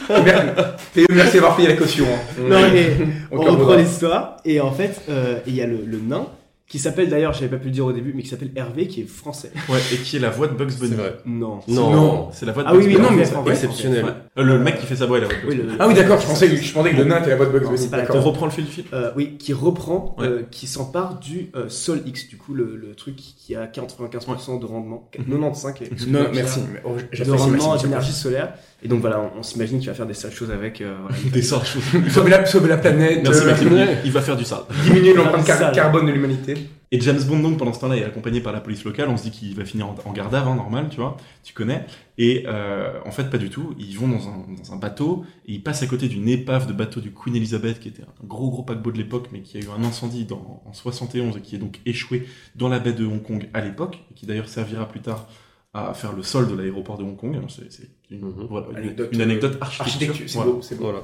Merci, Théo, merci d'avoir payé la caution. hein. On- [laughs] Non, et [laughs] on on te revoit. reprend l'histoire, et en fait, euh, il y a le, le nain, qui s'appelle d'ailleurs, j'avais pas pu le dire au début, mais qui s'appelle Hervé, qui est français. Ouais, et qui est la voix de Bugs C'est Bunny. vrai. Non. Non. Euh, Non. C'est la voix de Ah Bugs oui, oui, Bunny. non, mais c'est en français. vrai, exceptionnel. Ouais. Euh, Le mec qui fait sa voix, il a Oui, le- Ah oui, d'accord, je pensais, je pensais que le nain était la boîte Bugs Non, Bunny. c'est pas la On d'accord. reprend le fil du film. Euh, oui, qui reprend, Ouais. euh, qui s'empare du euh, Sol X, du coup le, le truc qui a 95% de rendement, 95 et- Non, merci. mais- oh, de j'apprécie, merci, hein. rendement merci. d'énergie solaire. Et donc voilà, on, on s'imagine qu'il va faire des sales choses avec. euh, [laughs] voilà. Des sorts chauds. Sauver la, sauver la planète, Merci euh, Maxime, il va faire du sale. diminuer l'empreinte car- Sale. carbone de l'humanité. Et James Bond, donc, pendant ce temps-là, est accompagné par la police locale. On se dit qu'il va finir en, en garde à vue, hein, normal, tu vois, tu connais. Et euh, en fait, pas du tout. Ils vont dans un, dans un bateau et ils passent à côté d'une épave de bateau du Queen Elizabeth, qui était un gros gros paquebot de l'époque, mais qui a eu un incendie dans, en 71 et qui est donc échoué dans la baie de Hong Kong à l'époque, et qui d'ailleurs servira plus tard à faire le sol de l'aéroport de Hong Kong. Alors, C'est c'est une, Mhm. voilà, une- Anecdote, une anecdote architecture. Architecture, c'est Voilà. beau, c'est beau. Voilà.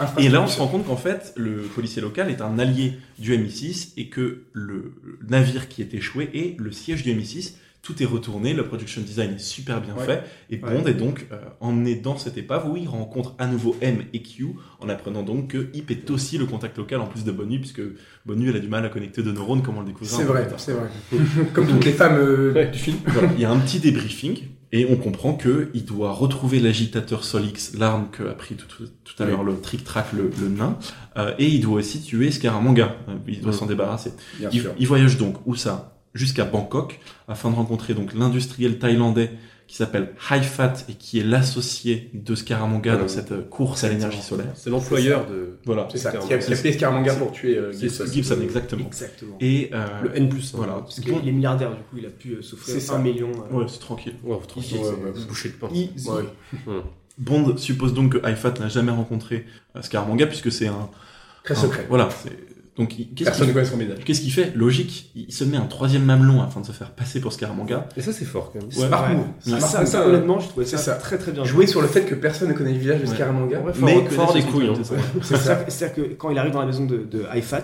Ah, Et là, on se rend compte qu'en fait, le policier local est un allié du MI6 et que le navire qui est échoué est le siège du MI6 Tout est retourné, le production design est super bien Ouais. fait, et Ouais. Bond est donc euh, emmené dans cette épave où il rencontre à nouveau M et Q, en apprenant donc que Hip est aussi le contact local en plus de Bonnu, puisque Bonnu elle a du mal à connecter de neurones comme on le découvrira. C'est un peu vrai, plus tard. c'est vrai. [laughs] Comme toutes les femmes euh, Ouais. du film. Voilà, il y a un petit débriefing et on comprend que il doit retrouver l'agitateur Solix, l'arme que a pris tout, tout- tout à Oui. l'heure le Trick Track, le, le nain, euh, et il doit aussi tuer Scaramanga. Euh, Il doit s'en débarrasser. Bien Il, il voyage donc où ça Jusqu'à Bangkok afin de rencontrer donc l'industriel thaïlandais qui s'appelle Haifat et qui est l'associé de Scaramanga Voilà. dans cette euh, course à l'énergie solaire. C'est l'employeur de. Voilà. C'est ça, C'est qui a, qui a c'est- pris Scaramanga pour tuer euh, C'est Gibson. Gibson exactement. Exactement. Et euh, Le N plus. voilà. Parce qu'il Bon- est milliardaire, du coup, il a pu euh, C'est souffrir ça. 1 million. euh, Ouais, c'est tranquille. Ouais, vous trouvez- Easy, ouais, c'est- bah, vous bouchez le pain. easy. Ouais. Bond suppose donc que Haifat n'a jamais rencontré euh, Scaramanga puisque c'est un Très Un- secret. Voilà. c'est- Donc, il- qu'est-ce Personne ne qu'il connaît son visage. qu'est-ce qu'il fait Logique, il se met un troisième mamelon afin de se faire passer pour Scaramanga. Et ça, c'est fort quand même. Ouais. Smart Ouais. move. Ouais. Smart Ça, move. Ah, ça, honnêtement, je trouvais c'est ça. ça, très très bien joué. Jouer sur le fait que personne ne connaît le visage de Ouais. Scaramanga. faut Mais reconnaître fort des son couilles, hein. Ouais. C'est-à-dire que- c'est-à-dire que quand il arrive dans la maison de, de Haifat,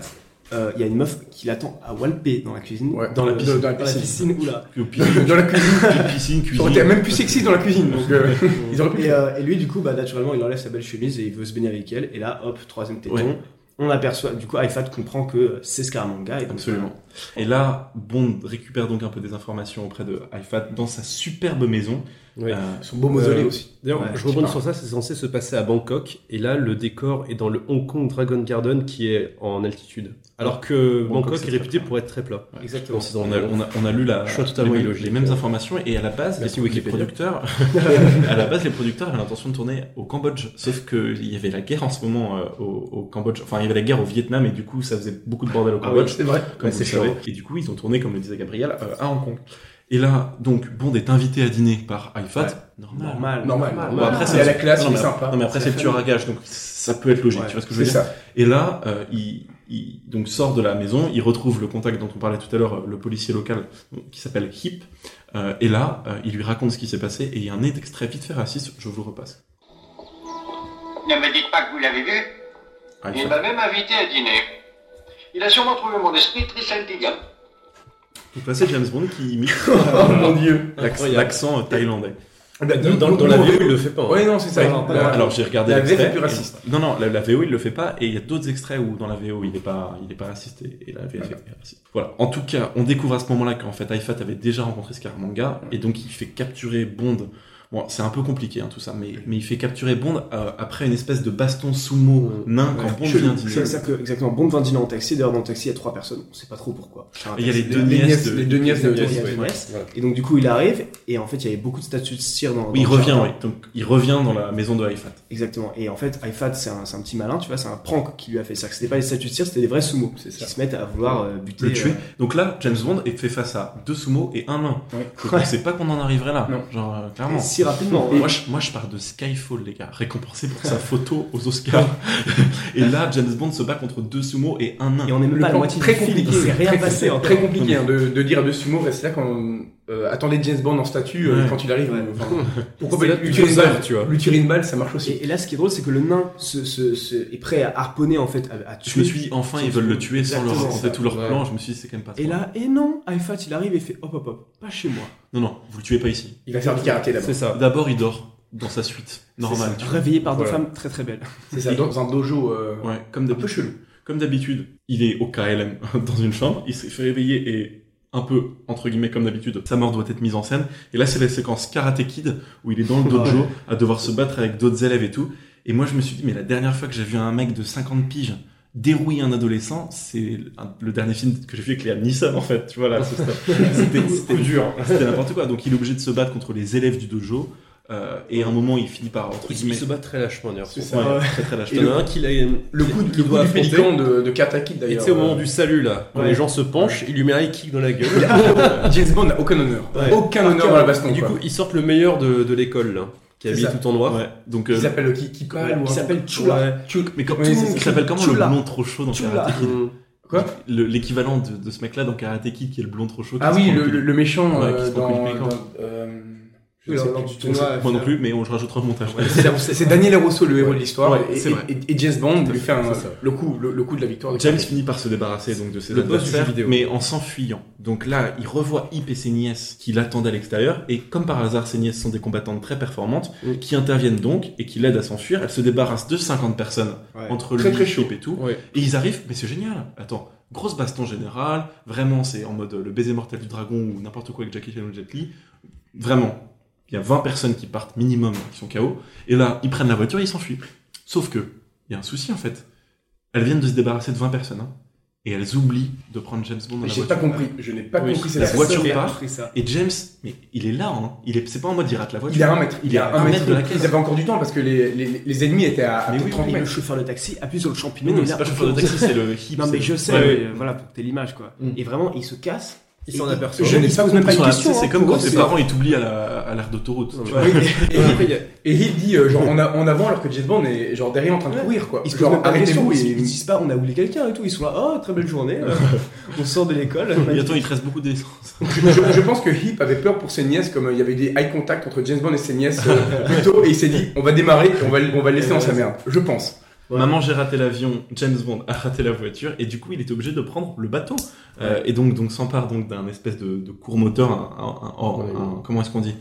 euh, il y a une meuf qui l'attend à Walpé dans la cuisine, Ouais, dans, dans le- la piscine. dans la piscine, [laughs] oula. Que piscine, [laughs] Dans la cuisine. piscine, Ça aurait été euh, [laughs] cuisine. même plus sexy dans la cuisine. Donc, euh, ils auraient pu. Et, euh, et lui, du coup, bah, naturellement, il enlève sa belle chemise et il veut se baigner avec elle. Et là, hop, troisième téton. Ouais. On aperçoit, du coup, Haifat comprend que c'est Scaramanga. Et donc, euh, Absolument. Et là, Bond récupère donc un peu des informations auprès de Haifat dans sa superbe maison. Ouais. Euh, Son beau mausolée Euh, aussi. D'ailleurs, Ouais, je je rebondis sais sur ça, c'est censé se passer à Bangkok, et là, le décor est dans le Hong Kong Dragon Garden qui est en altitude. Alors que Bangkok, Bangkok, c'est est très réputé plat. pour être très plat. euh, Exactement. Bon, c'est dans on, le- a, on, a, on a lu la, Choix totalement les, illogique. les mêmes informations et à la base, Merci les, les Wikipédia. producteurs, [laughs] à la base, les producteurs avaient l'intention de tourner au Cambodge, sauf que il y avait la guerre en ce moment euh, au, au Cambodge. Enfin, il y avait la guerre au Vietnam et du coup, ça faisait beaucoup de bordel au Ah ouais, Cambodge. c'est vrai. comme Ouais, vous c'est le savez. chiant. Et du coup, ils ont tourné, comme le disait Gabriel, euh, à Hong Kong. Et là, donc, Bond est invité à dîner par Haifat. Normal. Normal. Normal. Bon, bah, Normal. après, Il c'est- a la classe, non, il est mais- sympa. Non, mais après, c'est le tueur à gage, donc ça peut être logique, Ouais, tu vois ce que je C'est veux dire. ça. Et là, euh, il, il donc sort de la maison, il retrouve le contact dont on parlait tout à l'heure, euh, le policier local donc, qui s'appelle Hip. Euh, et là, euh, il lui raconte ce qui s'est passé et il y a un extrait vite fait raciste, je vous le repasse. Ne me dites pas que vous l'avez vu. Ah, Il Haifat. m'a même invité à dîner. Il a sûrement trouvé mon esprit très intelligent. Donc là, c'est James Bond qui imite Oh [laughs] mon dieu. l'acc- l'accent thaïlandais. Dans, dans- dans la vidéo, il le fait pas. hein. Ouais, non, c'est ça. Ouais, non, pas La- dans- Euh, Alors j'ai regardé La VF est l'extrait. plus raciste. et- Non non, la, la VO il le fait pas et il y a d'autres extraits où dans la VO il est pas il est pas raciste et, et la VF est raciste. Voilà. En tout cas, on découvre à ce moment-là qu'en fait Haifat avait déjà rencontré Scaramanga et donc il fait capturer Bond. Bon, c'est un peu compliqué hein, tout ça, mais mais il fait capturer Bond euh, après une espèce de baston sumo nain quand Bond Chelou. vient dîner. C'est-à-dire que, exactement, Bond vient dîner en taxi. D'ailleurs, dans le taxi, il y a trois personnes. On sait pas trop pourquoi. Et il y a les deux les nièces nièces- de- les deux nièces de- de- nièces, ouais. ouais. Et donc, du coup, il arrive. Et en fait, il y avait beaucoup de statues de cire dans. Oui, il dans le revient, jardin. oui. Donc il revient dans la maison de Haifat. Exactement. Et en fait, Haifat, c'est un, c'est un petit malin, tu vois, c'est un prank qui lui a fait. C'est-à-dire que c'était pas les statues de cire, c'était des vrais sumo C'est ça. qui se mettent à vouloir euh, buter. le tuer. euh, Donc là, James Bond est fait face à deux sumo et un nain. Ouais. Je pensais pas qu'on en arriverait là. Non. Genre euh, clairement. si rapidement. Moi je, moi, je pars de Skyfall, les gars, récompensé pour sa photo aux Oscars. et là, James Bond se bat contre deux sumo et un nain. Et on n'est même Le pas à la plan moitié très du film, compliqué, il s'est rien très passé compliqué, en Très compliqué hein, de, de dire de sumo, reste là quand euh, attendez James Bond en statue euh, Ouais. quand il arrive. Ouais. enfin, pourquoi C'est pas là lui que tu tirer une réserves, balle tu vois. Lui tirer une balle, ça marche aussi. Et, et là, ce qui est drôle, c'est que le nain se, se- se- est prêt à harponner, en fait, à, à Je tuer. me suis dit, enfin, ils veulent le tuer sans leur Exactement. raconter tout leur Ouais. plan. Je me suis dit, c'est quand même pas trop. Et là, et non, Haifat, il arrive et fait hop hop hop, pas chez moi. Non, non, vous le tuez pas ici. Il va faire du karaté d'abord. C'est ça. D'abord, il dort dans sa suite. Normal. tu vois. Réveillé par Voilà. deux femmes très très belles. C'est ça, dans un dojo. euh, Ouais, comme Un peu d'habitude. chelou. Comme d'habitude, il est au KLM [laughs] dans une chambre, il se fait réveiller et un peu, entre guillemets, comme d'habitude, sa mort doit être mise en scène. Et là, c'est la séquence Karate Kid où il est dans le dojo à devoir se battre avec d'autres élèves et tout. Et moi, je me suis dit, mais la dernière fois que j'ai vu un mec de 50 piges dérouiller un adolescent, c'est un- le dernier film que j'ai vu avec Liam Neeson, en fait. Tu vois, là, c'est ça. c'était c'était dur. hein. C'était n'importe quoi. Donc, il est obligé de se battre contre les élèves du dojo. euh, et à un moment, il finit par, entre Il, guillemets, se bat très lâchement, d'ailleurs. C'est ça. ouais, très, très lâche. Il y en a un qui l'a. Le coup, de- le coup du pélican de, de Katakid Et tu d'ailleurs. sais, au moment du salut, là, quand Ouais. les gens se penchent, il lui met un high kick dans la gueule. Euh, James Bond n'a aucun honneur. Ouais. Aucun honneur dans la baston. Et du quoi. coup, ils sortent le meilleur de, de l'école, là, qui est C'est habillé ça. tout en noir. Ouais. Donc, euh, Ils appellent le Kiki Ouais, Pal ou qui un- s'appelle Chula. Ouais. Mais quand Oui, tout c'est le monde ça. qui s'appelle comment Chula. le blond trop chaud dans Chula. Karate Kid Hum. Quoi Le- L'équivalent de, de ce mec-là dans Karate Kid qui est le blond trop chaud. qui Ah se oui, prend le, cul. le- le méchant Ouais, euh, qui se prend dans, que du pélican. dans, euh, Je Oui, ne sais alors, plus lors du du tout. tournoi, Moi non plus, mais on je rajoutera le montage. [laughs] C'est la- C'est c'est Daniel Larousseau, le héros de l'histoire, Ouais, et, c'est vrai. et- et James Bond Tout à fait, lui fait un- c'est ça. le coup, le, le coup de la victoire. de James Carter. finit par se débarrasser donc de ses Le boss du adversaires, jeu vidéo. mais en s'enfuyant. Donc là, il revoit Hip et ses nièces qui l'attendent à l'extérieur, et comme par hasard, ses nièces sont des combattantes très performantes, Mm. qui interviennent donc et qui l'aident à s'enfuir. Elles se débarrassent de 50 personnes Ouais. entre Très, lui, très chaud. Hip et tout, Ouais. et ils arrivent. Mais c'est génial. Attends, grosse baston générale, vraiment, c'est en mode euh, le baiser mortel du dragon ou n'importe quoi avec Jackie Chan ou Jet Li. Vraiment, il y a 20 personnes qui partent minimum, qui sont KO, et là, ils prennent la voiture et ils s'enfuient. Sauf que, il y a un souci en fait. Elles viennent de se débarrasser de 20 personnes, hein, et elles oublient de prendre James Bond dans Mais la J'ai voiture. pas compris. Je n'ai pas Oui, compris cette la personne. voiture part, compris ça. et James, mais il est là, hein. Il est, c'est pas en mode il rate la voiture. Il est à un mètre. Il est à un mètre de la caisse. Ils avaient encore du temps parce que les, les, les ennemis étaient à, à Mais peut-être oui, 30 Et le mètres. chauffeur de taxi appuie sur le champignon. Mais non, il c'est a- pas le chauffeur de taxi, c'est le hip. Non, mais c'est- je sais, Ouais, ouais. mais, euh, voilà, pour que t'aies l'image, quoi. Mm. Et vraiment, il se casse. Il et s'en il- aperçoit. Je ne Ils pas pose même pas Sur une la- question. c'est- hein. C'est comme Pour quand eux, tes c'est- parents ils t'oublient à la- à l'aire d'autoroute. tu vois. [laughs] Oui, et- et- Et il dit euh, genre en, a- en avant alors que James Bond est genre derrière en train de Ouais. courir quoi. Ils se posent même Genre pas de questions. arrêtez-vous. Ils et- ils disent pas, on a oublié quelqu'un et tout. Ils sont là, oh, très belle journée. [laughs] euh, on sort de l'école. Bientôt il te reste beaucoup d'essence. Je, je pense que Hip avait peur pour ses nièces comme euh, il y avait des eye contact entre James Bond et ses nièces euh, plus tôt et il s'est dit on va démarrer et on va on va le laisser dans sa merde. Je pense. Maman, j'ai raté l'avion. James Bond a raté la voiture et du coup, il est obligé de prendre le bateau. Euh, et donc, donc s'empare donc d'un espèce de, de court moteur, un, un- un hors- Ouais. un- comment est-ce qu'on dit,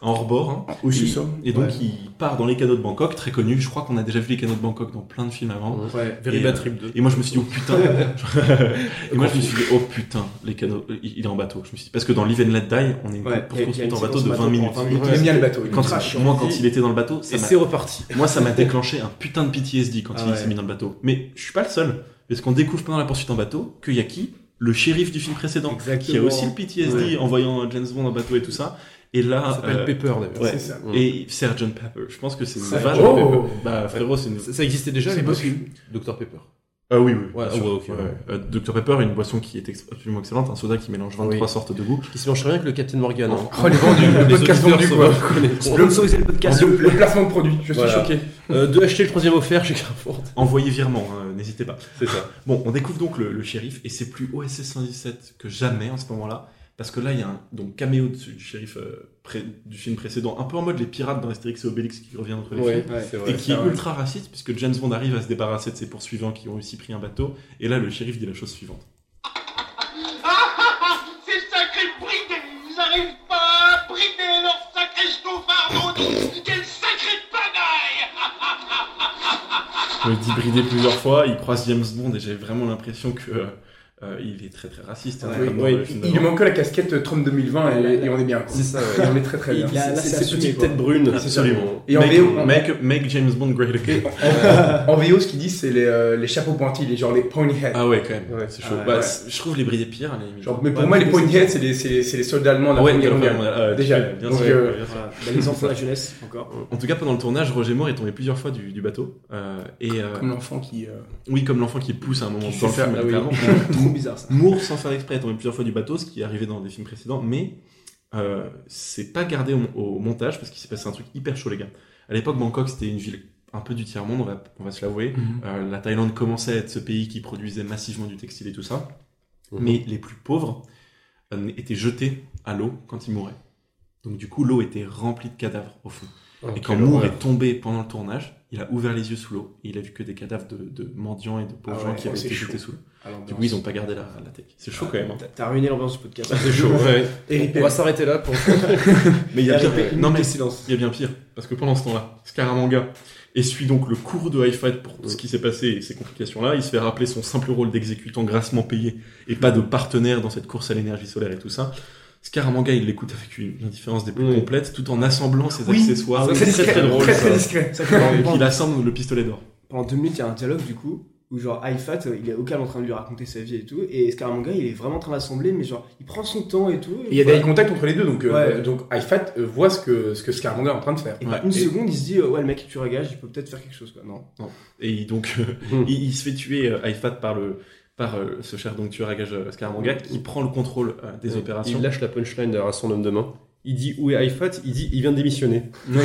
un hors-bord. hein. Oui Il- Et donc, il part dans les canaux de Bangkok, très connu. Je crois qu'on a déjà vu les canaux de Bangkok dans plein de films avant. Ouais. Et, euh, Veriba Trip 2. Et moi, je me suis dit, oh putain. et moi, je me suis dit, oh putain, les canaux, il il est en bateau. Je me suis dit, parce que dans Live and Let Die, on est une Ouais, course et- poursuite et en une bateau séquence de 20 minutes. pendant 20 Il aime bien le bateau. il Quand, est trash. moi, quand il était dans le bateau, ça Et m'a c'est reparti. moi, ça m'a déclenché un putain de PTSD quand Ah il ouais. s'est mis dans le bateau. Mais je suis pas le seul, parce qu'on découvre pendant la poursuite en bateau qu'il y a qui Le shérif du film précédent, qui a Exactement. aussi le PTSD en voyant James Bond en bateau et tout ça. Et Ça là, s'appelle euh, Pepper d'ailleurs. ouais. C'est ça. et Sergeant Pepper. Je pense que c'est Sergeant vachement- Oh. Bah frérot, c'est une. Ça, ça existait déjà à C'est l'époque possible. Dr Pepper. Ah oui, oui. Ouais, bien sûr. ouais, ok, ouais. Euh, Dr Pepper, une boisson qui est ex- absolument excellente, un soda qui mélange 23 sortes de goûts. Qui se mélange rien avec le Captain Morgan. hein. Oh, les vendus, [laughs] le Les podcast auditeurs vendu, sont- quoi. connaîtront. Sponsorisez le podcast. Le, le placement de produit. Je suis Voilà. choqué. Euh, Deux achetés, le troisième offert chez Carrefour. Envoyez virement, hein, n'hésitez pas. C'est ça. Bon, on découvre donc le, le shérif et c'est plus OSS 117 que jamais en ce moment-là. Parce que là, il y a un donc, caméo de ce- du shérif euh, pré- du film précédent, un peu en mode les pirates dans Astérix et Obélix qui revient entre les films. Ouais. c'est et qui est ultra raciste, puisque James Bond arrive à se débarrasser de ses poursuivants qui ont aussi pris un bateau. Et là, le shérif dit la chose suivante. Ces sacrés bridés, ils n'arrivent pas à brider leur sacré chauffard maudit Quel sacré pagaille Je le dis bridé plusieurs fois, il croise James Bond et j'ai vraiment l'impression que euh, euh, il est très très raciste. hein, Ouais, comme dans oui. le film Il lui d'avant. manque que la casquette euh, Trump 2020 et, et on est bien. quoi. C'est ça, ouais. Et on est très très bien. Il a- là, c'est Ces assumé, petites quoi. têtes brunes. Absolument. Et en make, VO, on- make- make James Bond great again. En VO, ce qu'ils disent, c'est les, euh, les chapeaux pointillés, les, genre les pony heads. Ah ouais, quand même. Ouais. c'est chaud. Ah ouais. Bah, c'est- Je trouve les bridés pires. les Genre, mais pour Ouais, moi, mais les pony heads, c'est les, c'est les- c'est les soldats allemands de la Ouais, Première Guerre Guerre mondiale. mondiale. Ah, Déjà, tu fais bien donc, sûr. euh, Bien sûr. Voilà. Bah, les enfants de la jeunesse, encore. En tout cas, pendant le tournage, Roger Moore est tombé plusieurs fois du, du bateau. euh, et euh, Comme l'enfant qui. euh, oui, comme l'enfant qui pousse à un moment Qui dans le fait faire- film, ah oui. littéralement. [laughs] Trop bizarre ça. Moore, sans faire exprès, est tombé plusieurs fois du bateau, ce qui est arrivé dans des films précédents, mais euh, c'est pas gardé au, au montage parce qu'il s'est passé un truc hyper chaud, les gars. À l'époque, Bangkok, c'était une ville un peu du tiers-monde, on va, on va se l'avouer. Mhm. Euh, la Thaïlande commençait à être ce pays qui produisait massivement du textile et tout ça, Mhm. mais les plus pauvres euh, étaient jetés à l'eau quand ils mouraient. Donc, du coup, l'eau était remplie de cadavres au fond. Et quand Moore est tombé pendant le tournage, il a ouvert les yeux sous l'eau et il a vu que des cadavres de, de mendiants et de pauvres Ah gens ouais, qui oh, avaient c'est été chaud. jetés sous l'eau. Alors, Du coup, ils ont pas gardé la, la tech. C'est chaud quand même. hein. T'as- T'as ruiné l'ambiance du podcast. C'est [laughs] chaud, ouais. Et On va s'arrêter là pour. Mais il y a pire. Non, mais silence. il y a bien pire. Parce que pendant ce temps-là, Scaramanga essuie donc le cours de High Fight pour ce qui s'est passé et ses complications-là. Il se fait rappeler son simple rôle d'exécutant grassement payé et pas de partenaire dans cette course à l'énergie solaire et tout ça. Scaramanga, il l'écoute avec une indifférence des plus Oui. complètes tout en assemblant ses Oui. accessoires. Très discret. Très drôle, très, ça. discret. Ça, pendant- Et pendant- il assemble le pistolet d'or. Pendant deux minutes, il y a un dialogue du coup où genre Haifat, euh, il est au calme en train de lui raconter sa vie et tout, et Scaramanga, il est vraiment en train d'assembler, mais genre il prend son temps et tout. Et et il y a des voilà. eye contact entre les deux, donc, euh, Ouais. donc iFat euh, voit ce que, ce que Scaramanga est en train de faire. Et pas Ouais, une et- seconde, il se dit euh, ouais le mec il tue Ragage, il peut peut-être faire quelque chose quoi. Non. Et il- donc, euh, [laughs] Mm. il, il se fait tuer euh, Haifat par le par euh, ce cher donc tueur à gage euh, Scaramanga qui prend le contrôle euh, des opérations. Il lâche la punchline derrière son homme de main. il dit où est Ifat, il dit il vient de démissionner. [laughs] Ouais,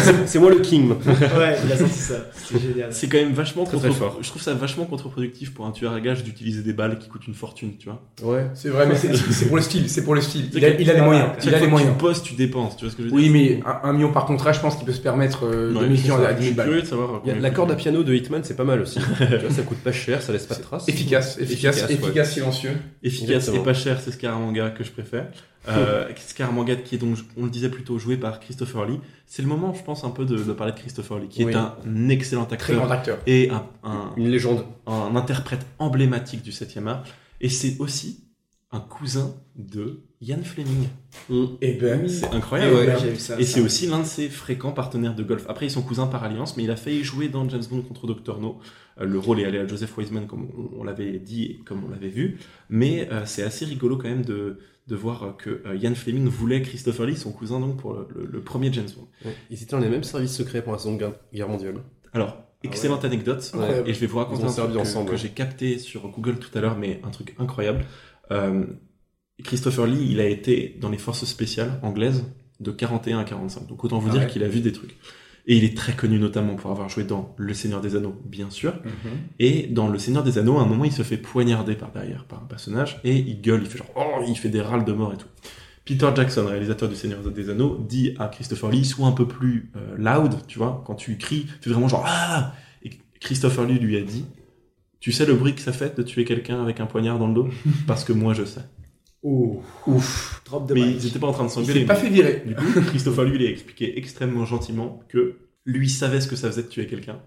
C'est- C'est moi le king. maintenant. [laughs] Ouais, il a senti ça. C'était génial. C'est quand même vachement Très, contre- très fort. Je trouve ça vachement contre-productif pour un tueur à gages d'utiliser des balles qui coûtent une fortune, tu vois. Ouais. C'est vrai, mais c'est c'est pour le style, c'est pour le style. C'est Il a, que- il a les Ah, moyens. ok. Il a Chaque les fois que moyens. Tu postes, tu dépenses, tu vois ce que je veux Oui, dire mais un, un million par contrat, je pense qu'il peut se permettre euh, Ouais, deux je millions sais à pas. Je 10 suis 000 balles. curieux de savoir. euh, Il y a- combien la il corde à coûte. piano de Hitman, c'est pas mal [laughs] aussi. Tu vois, ça coûte pas cher, ça laisse pas de traces. Efficace, efficace, Efficace, efficace, ouais. silencieux. Efficace et Exactement. pas cher, c'est Scaramanga que je [laughs] préfère. Euh, Scaramanga qui est donc, on le disait plutôt, joué par Christopher Lee. C'est le moment, je pense, un peu de, de parler de Christopher Lee, qui Oui. est un excellent Très acteur grand acteur. et un, un- Une légende. un interprète emblématique du 7e art. Et c'est aussi un cousin de Ian Fleming. Et ben, C'est Ouais, incroyable. ouais, merde. j'ai vu ça. Et ça. c'est aussi l'un de ses fréquents partenaires de golf. Après, ils sont cousins par alliance, mais il a failli jouer dans James Bond contre Dr. No. Euh, Le rôle est allé à Joseph Wiseman, comme on, on l'avait dit et comme on l'avait vu. Mais euh, c'est assez rigolo quand même de, de voir euh, que euh, Ian Fleming voulait Christopher Lee, son cousin, donc pour le, le- le premier James Bond. Ouais. Ils étaient dans les mêmes services secrets pour la Seconde Guerre- Guerre mondiale. Alors, excellente anecdote. Incroyable. Et je vais vous raconter Ah Ils ont un truc servi que, ensemble, que ouais. j'ai capté sur Google tout à l'heure, mais un truc incroyable. Euh, Christopher Lee, il a été dans les forces spéciales anglaises de 41 à 45. Donc autant vous Ah dire ouais. qu'il a vu des trucs. Et il est très connu notamment pour avoir joué dans Le Seigneur des Anneaux, bien sûr. Mhm. Et dans Le Seigneur des Anneaux, à un moment, il se fait poignarder par derrière par un personnage et il gueule, il fait genre, oh, il fait des râles de mort et tout. Peter Jackson, réalisateur du Seigneur des Anneaux, dit à Christopher Lee, sois un peu plus euh, loud, tu vois, quand tu cries, fais vraiment genre, ah Et Christopher Lee lui a dit, tu sais le bruit que ça fait de tuer quelqu'un avec un poignard dans le [laughs] dos Parce que moi, je sais. Ouh. Ouf. Drop de Mais mic. ils étaient pas en train de Il s'engueuler. s'est pas mais- fait virer. du coup, Christopher lui, il a expliqué extrêmement gentiment que lui savait ce que ça faisait de tuer quelqu'un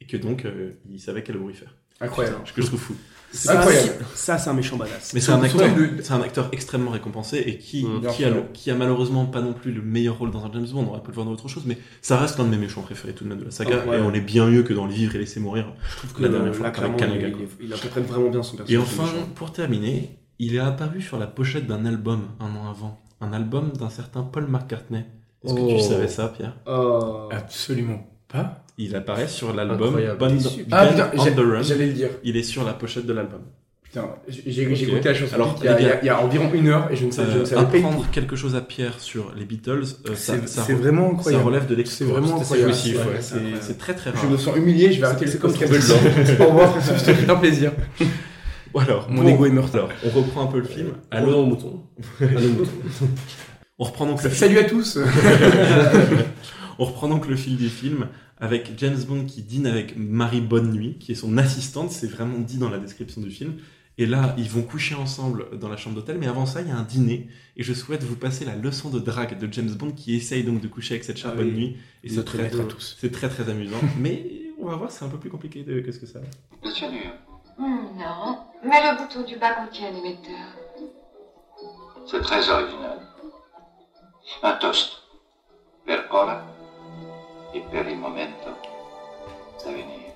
et que donc euh, il savait quel bruit faire. Incroyable. Ce que je trouve fou. Ça, incroyable. Ça, c'est un méchant badass. Mais c'est un Surtout acteur, le- c'est un acteur extrêmement récompensé et qui, Mm. Mmh, qui, a, le- qui a malheureusement pas non plus le meilleur rôle dans un James Bond. On aurait pu le voir dans autre chose, mais ça reste l'un de mes méchants préférés tout de même de la saga Ah, ouais. et on est bien mieux que dans les vivre et laisser mourir. Je trouve La que la dernière dernière fois, là, avec clairement, Kanaga, il, quoi. il, il interprète vraiment bien son personnage. Et ce enfin, méchant. pour terminer, il est apparu sur la pochette d'un album un an avant, un album d'un certain Paul McCartney. Est-ce que Oh. tu savais ça, Pierre Oh. Absolument pas. Il apparaît sur l'album Incroyable. Band, Ah Band putain, on the Run. j'ai- j'allais le dire. Il est sur la pochette de l'album. Putain, j'ai j'ai Ok. écouté la chanson Alors, il y, a, les il y gars- a- il y a environ une heure et je ne savais, je ne Euh, savais pas. apprendre quelque chose à Pierre sur les Beatles, euh, ça, C'est ça, c'est vraiment ça incroyable. relève de C'est l'exploit. vraiment incroyable. jouissif, Ouais. ouais. C'est- C'est très très Je rare. me sens humilié, je vais arrêter le C'est comme podcast. Trouble [laughs] Au revoir, Christophe, c'était un plaisir. Ou alors, Mon bon, ego est meurt. alors, on reprend un peu le film. Allons Allons, au mouton. Allons au mouton. euh, on reprend donc le film. Bah, Salut à [laughs] tous. On reprend donc le fil du film avec James Bond qui dîne avec Marie Bonne Nuit, qui est son assistante, c'est vraiment dit dans la description du film. Et là, ils vont coucher ensemble dans la chambre d'hôtel, mais avant ça, il y a un dîner. Et je souhaite vous passer la leçon de drague de James Bond qui essaye donc de coucher avec cette chère Ah Bonne oui. Nuit. Et c'est Notre très, maître à tous. c'est très très amusant. [laughs] mais on va voir, c'est un peu plus compliqué de- que ce que ça. Monsieur Dur, Hmm, non. Mets le bouton du bas côté à l'émetteur. c'est très original. Un toast. Per cola et per il momento. L'avenir.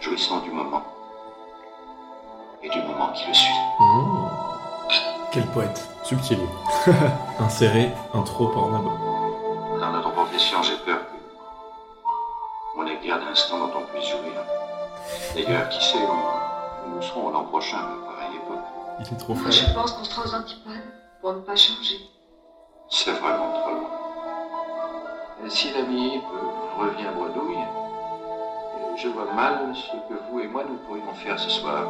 Jouissons du moment. Et du moment qui le suit. Mmh. Quel poète. Subtil. [laughs] Insérer intro porno. Dans notre profession, j'ai peur que on ait guère d'instants dont on puisse jouir. D'ailleurs, qui sait où nous serons l'an prochain à pareille époque. Il est trop fort. Je pense qu'on sera aux antipodes pour ne pas changer. C'est vraiment trop loin. Et Si l'ami euh, revient à Bredouille, euh, je vois mal ce que vous et moi nous pourrions faire ce soir.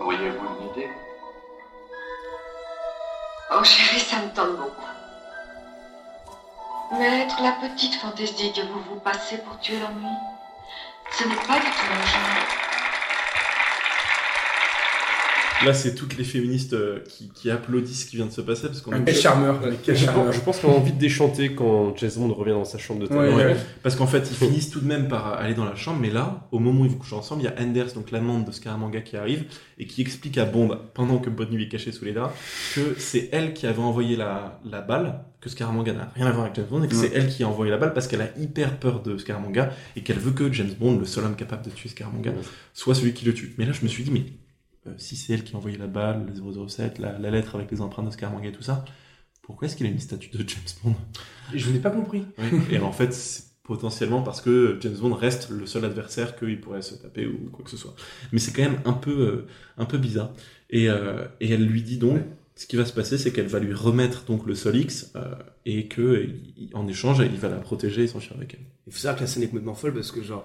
Auriez-vous une idée Oh chérie, ça me tente beaucoup. Maître, la petite fantaisie que vous vous passez pour tuer l'ennui, ce n'est pas du tout mon genre. Là, c'est toutes les féministes euh, qui, qui applaudissent ce qui vient de se passer parce qu'on Quel charmeur. Quel Je pense, charmeur. je pense qu'on a envie de déchanter quand James Bond revient dans sa chambre de Ouais, table. Ouais. ouais. Parce qu'en fait, ils finissent tout de même par aller dans la chambre, mais là, au moment où ils vont coucher ensemble, il y a Anders, donc l'amante de Scaramanga, qui arrive et qui explique à Bond, pendant que Bonne Nuit est cachée sous les draps, que c'est elle qui avait envoyé la, la balle, que Scaramanga n'a rien à voir avec James Bond, et que c'est elle qui a envoyé la balle parce qu'elle a hyper peur de Scaramanga et qu'elle veut que James Bond, le seul homme capable de tuer Scaramanga, soit celui qui le tue. Mais là, je me suis dit, mais euh, si c'est elle qui a envoyé la balle, le 007, la, la lettre avec les empreintes de Scaramanga et tout ça, pourquoi est-ce qu'il a une statue de James Bond Je n'ai pas compris. et en fait, c'est potentiellement parce que James Bond reste le seul adversaire qu'il pourrait se taper ou quoi que ce soit. Mais c'est quand même un peu, euh, un peu bizarre. Et, euh, et elle lui dit donc, ce qui va se passer, c'est qu'elle va lui remettre donc le Sol X euh, et que euh, il- en échange, il va la protéger et s'enfuir avec elle. Il faut savoir que la scène est complètement folle parce que, genre,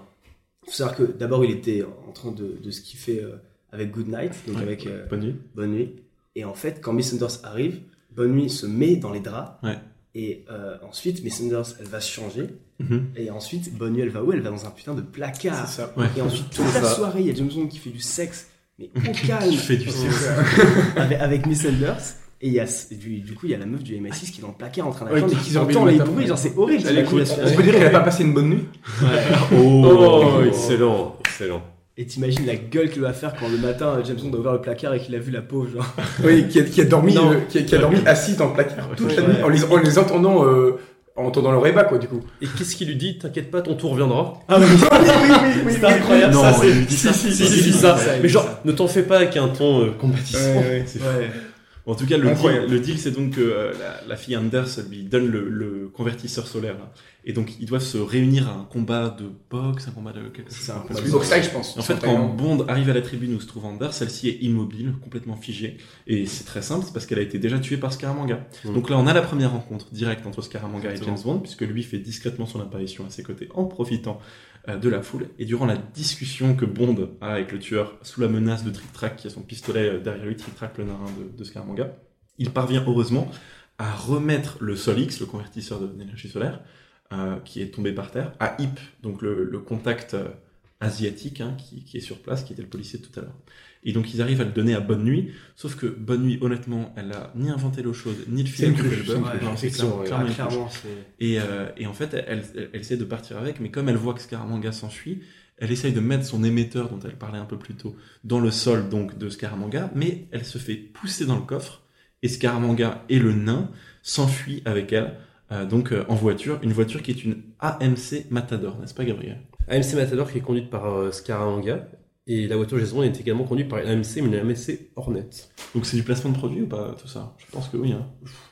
il faut savoir que d'abord, il était en train de, de se kiffer euh, avec Good Night, donc Ouais. avec euh, Bonne nuit. Bonne Nuit. Et en fait, quand Miss Sanders arrive, Bonne Nuit se met dans les draps. Ouais. Et euh, ensuite, Miss Sanders, elle va se changer. Mhm. Et ensuite, Bonne Nuit, elle va où Elle va dans un putain de placard. Ah, ça. [laughs] Ouais. Et ensuite, toute la ça. soirée, il y a James Bond qui fait du sexe, mais au [laughs] Qui calme, fait du sexe. avec, avec Miss Sanders. Et il y a, c- du, du coup, il y a la meuf du MI6 qui est dans le placard en train Ouais, d'attendre qui et qui dort bien entend le les matin. bruits. Genre, c'est horrible. Elle écoute. t'imagines la- On peut dire qu'elle a pas passé une bonne nuit. Oh, excellent, excellent. Et t'imagines la gueule qu'il va faire quand le matin, euh, James Bond a ouvert le placard et qu'il a vu la pauvre, genre. Oui, qui a, qui a dormi, Non. euh, qui a, qui a dormi assise dans le placard toute la Ouais. nuit en les, en les entendant, euh, en entendant leur ébat, quoi, du coup. Et qu'est-ce qu'il lui dit T'inquiète pas, ton tour viendra. Ah oui, oui, oui, oui, C'est incroyable. ça, Non, c'est- il lui dit [laughs] ça. [laughs] Si, Si, si, si, il dit si, ça. ça, Mais genre, ne t'en fais pas avec un ton euh, combattissant. C'est fou. En tout cas, le Incroyable. deal, le deal, c'est donc que euh, la, la fille Anders lui donne le, le convertisseur solaire. là. Et donc, ils doivent se réunir à un combat de boxe, un combat de quelque chose. C'est Je un me combat rappelle C'est de plus. pour ça que je pense. En fait, quand Bond arrive à la tribune où se trouve Anders, celle-ci est immobile, complètement figée. Et c'est très simple, c'est parce qu'elle a été déjà tuée par Scaramanga. Mm. Donc là, on a la première rencontre directe entre Scaramanga et Exactement. James Bond, puisque lui fait discrètement son apparition à ses côtés en profitant euh, de la foule. Et durant la discussion que Bond a avec le tueur sous la menace de Trick Track, qui a son pistolet euh, derrière lui, Trick Track, le narin de, de Scaramanga, il parvient heureusement à remettre le Sol X, le convertisseur de- d'énergie solaire, euh, qui est tombé par terre, à Hip, donc le, le contact euh, asiatique hein, qui, qui est sur place, qui était le policier de tout à l'heure. Et donc ils arrivent à le donner à Bonne Nuit, sauf que Bonne Nuit, honnêtement, elle a ni inventé l'eau chaude, ni le film une cruche, c'est une cruche. Non, c'est Effectivement, clair- clairement ouais. une cruche. Ah, clairement, c'est. Et, euh, et en fait, elle, elle- elle essaie de partir avec, mais comme elle voit que Scaramanga s'enfuit, elle essaye de mettre son émetteur dont elle parlait un peu plus tôt dans le sol donc de Scaramanga, mais elle se fait pousser dans le coffre et Scaramanga et le nain s'enfuient avec elle, euh, donc euh, en voiture, une voiture qui est une AMC Matador, n'est-ce pas Gabriel AMC Matador qui est conduite par euh, Scaramanga. Et la voiture Jason est également conduite par une AMC, mais une AMC Hornet. Donc c'est du placement de produit ou pas tout ça Je pense que oui. Hein.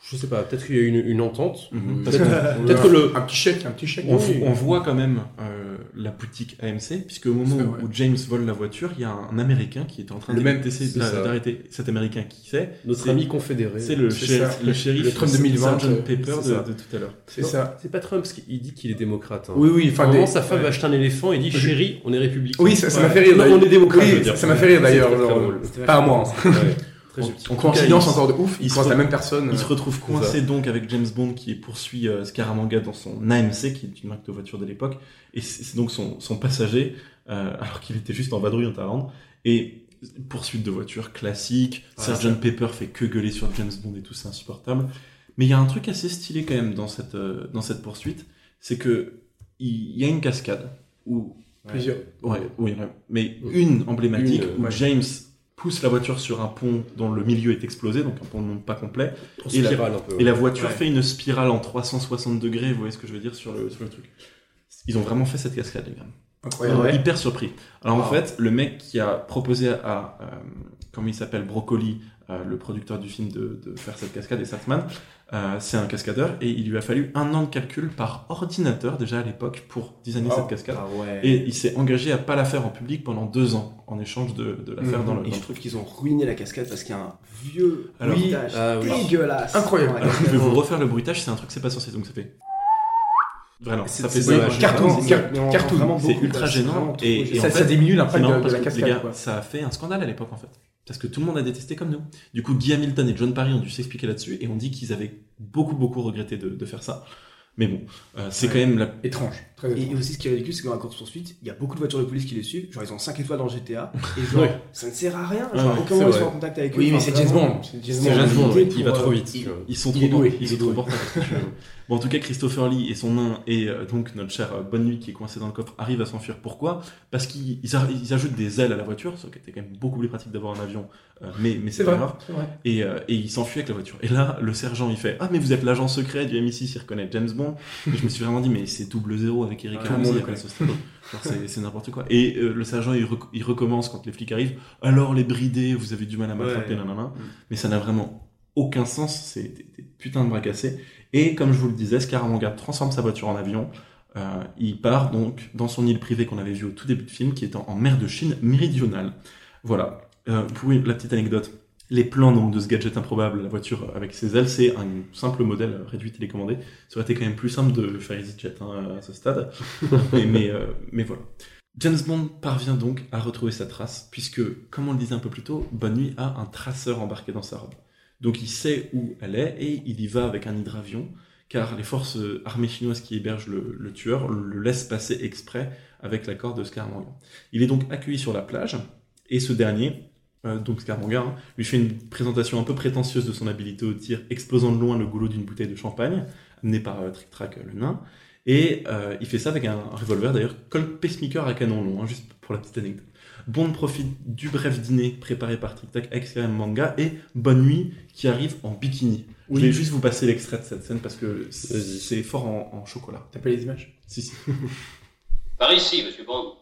Je sais pas, peut-être qu'il y a eu une, une entente. [laughs] Peut-être qu'on- Peut-être que le. Un petit chèque, un petit chèque. On, Oui. on voit quand même euh, la boutique AMC, puisque au moment C'est où, vrai. où James vole la voiture, il y a un Américain qui est en train Le même, d'essayer c'est ça. d'a- d'arrêter cet Américain qui c'est. Notre C'est- ami confédéré. C'est le, C'est shérif- ça. le shérif Le Trump 2020, John euh, Pepper c'est ça. de, de tout à l'heure. C'est ça. C'est pas Trump, parce qu'il dit qu'il est démocrate. hein. Oui, oui, Enfin, enfin, Vraiment, des- sa femme ouais. va acheter un éléphant et dit chérie, on est républicain. Oui, ça ça Ouais. m'a fait rire. Non, d'ailleurs. on est démocrate. je veux Oui, dire. ça- ça m'a fait rire d'ailleurs. C'est très, très genre, euh, drôle. C'était Pas à vachement moi. hein. drôle. Ouais, [laughs] très En- subtil. en Coïncidence cas, il- encore de ouf, il il se croise la re- même personne. euh, Il se retrouve ça. coincé donc avec James Bond qui poursuit euh, Scaramanga dans son AMC, qui est une marque de voiture de l'époque, et c'est c'est donc son, son passager, euh, [laughs] alors qu'il était juste en vadrouille en Thaïlande, et poursuite de voiture classique, Sgt Pepper fait que gueuler sur James Bond et tout, c'est insupportable. Mais il y a un truc assez stylé quand même dans cette, euh, dans cette poursuite, c'est que il y a une cascade où Plusieurs. Ouais, oui, ouais. mais une emblématique Une, où ouais. James pousse la voiture sur un pont dont le milieu est explosé, donc un pont non pas complet, En Et la- spirale un peu. ouais. et la voiture Ouais. fait une spirale en 360 degrés, vous voyez ce que je veux dire sur le, sur le truc. Ils ont vraiment fait cette cascade, les gars. Incroyable. Alors, Hyper surpris. Alors en fait, le mec qui a proposé à, euh, comment il s'appelle, Broccoli, euh, le producteur du film, de, de faire cette cascade, et Sartman, euh, c'est un cascadeur, et il lui a fallu un an de calcul par ordinateur déjà à l'époque pour designer Wow. cette cascade. Ah ouais. Et il s'est engagé à pas la faire en public pendant deux ans, en échange de, de la faire Mhm. dans le Et je dans- trouve qu'ils ont ruiné la cascade parce qu'il y a un vieux Alors, bruitage ah oui. dégueulasse. Incroyable. Ouais, Alors, Ah, je vais vraiment. [laughs] vous refaire le bruitage, c'est un truc, c'est pas censé, donc ça fait. Vraiment, ça fait c'est ça. dommage. Je- Cartoon, c'est- car- Mais on entend cartoon. vraiment C'est beaucoup, ultra quoi. C'est gênant, vraiment trop et, et gênant. en Ça, ça fait, diminue c'est l'impact marrant de, de parce la que, cascade. les gars, quoi. ça a fait un scandale à l'époque en fait. Parce que tout le monde a détesté comme nous. Du coup, Guy Hamilton et John Parry ont dû s'expliquer là-dessus et on dit qu'ils avaient beaucoup beaucoup regretté de, de faire ça. Mais bon, euh, c'est quand même la. Étrange. Très Et, et étrange. aussi, ce qui est ridicule, c'est que dans la course poursuite, il y a beaucoup de voitures de police qui les suivent. Genre, ils ont 5 étoiles dans GTA. Et genre, Oui. ça ne sert à rien. Ah, Ouais, Genre, Ah ouais, c'est à aucun moment, ils vrai. sont en contact avec eux. Oui, mais Enfin, c'est James vraiment. Bond. C'est James C'est Bond. James Bond, pour, ouais, il va euh, trop vite. il- tu vois. Ils sont Il trop est doué, portés, ils il sont est trop doué. portés. [laughs] Bon, en tout cas, Christopher Lee et son nain et euh, donc notre chère euh, Bonne Nuit qui est coincée dans le coffre arrivent à s'enfuir. Pourquoi Parce qu'ils ils a- ils ajoutent des ailes à la voiture, ce qui était quand même beaucoup plus pratique d'avoir un avion. euh, mais mais C'est c'est pas vrai. grave. c'est vrai. Et, euh, et il s'enfuit avec la voiture. Et là, le sergent, il fait Ah, mais vous êtes l'agent secret du MI6, il reconnaît James Bond. Et je me suis vraiment dit, mais c'est double zéro avec Eric Tout le Ramsey monde le après ce style. Genre, c'est c'est n'importe quoi. Et euh, le sergent, il, rec- il recommence quand les flics arrivent Alors, les bridés, vous avez du mal à m'attraper, Ouais. nanana. Mais ça n'a vraiment aucun sens. C'est des, des putains de bras cassés. Et comme je vous le disais, Scaramanga transforme sa voiture en avion. Euh, il part donc dans son île privée qu'on avait vue au tout début de film, qui est en, en mer de Chine méridionale. Voilà. Euh, pour une- la petite anecdote, les plans donc de ce gadget improbable, la voiture avec ses ailes, c'est un simple modèle réduit télécommandé. Ça aurait été quand même plus simple de le faire EasyJet hein, à ce stade. mais, mais, euh, mais voilà. James Bond parvient donc à retrouver sa trace, puisque, comme on le disait un peu plus tôt, Bonne Nuit a un traceur embarqué dans sa robe. Donc il sait où elle est et il y va avec un hydravion, car les forces euh, armées chinoises qui hébergent le, le tueur le laissent passer exprès avec l'accord de Scaramanga. Il est donc accueilli sur la plage et ce dernier, euh, donc Scaramanga, hein, lui fait une présentation un peu prétentieuse de son habilité au tir, explosant de loin le goulot d'une bouteille de champagne, amenée par euh, Trick Track euh, le nain. Et euh, il fait ça avec un, un revolver d'ailleurs, Colt pacemaker à canon long, hein, juste pour la petite anecdote. Bond profite du bref dîner préparé par Trick Tac avec Scaramanga et Bonne Nuit qui arrive en bikini. Je vais juste vous passer l'extrait de cette scène parce que c'est Vas-y. c'est fort en, en chocolat. T'as pas les images Si, si. Par ici, monsieur Bond.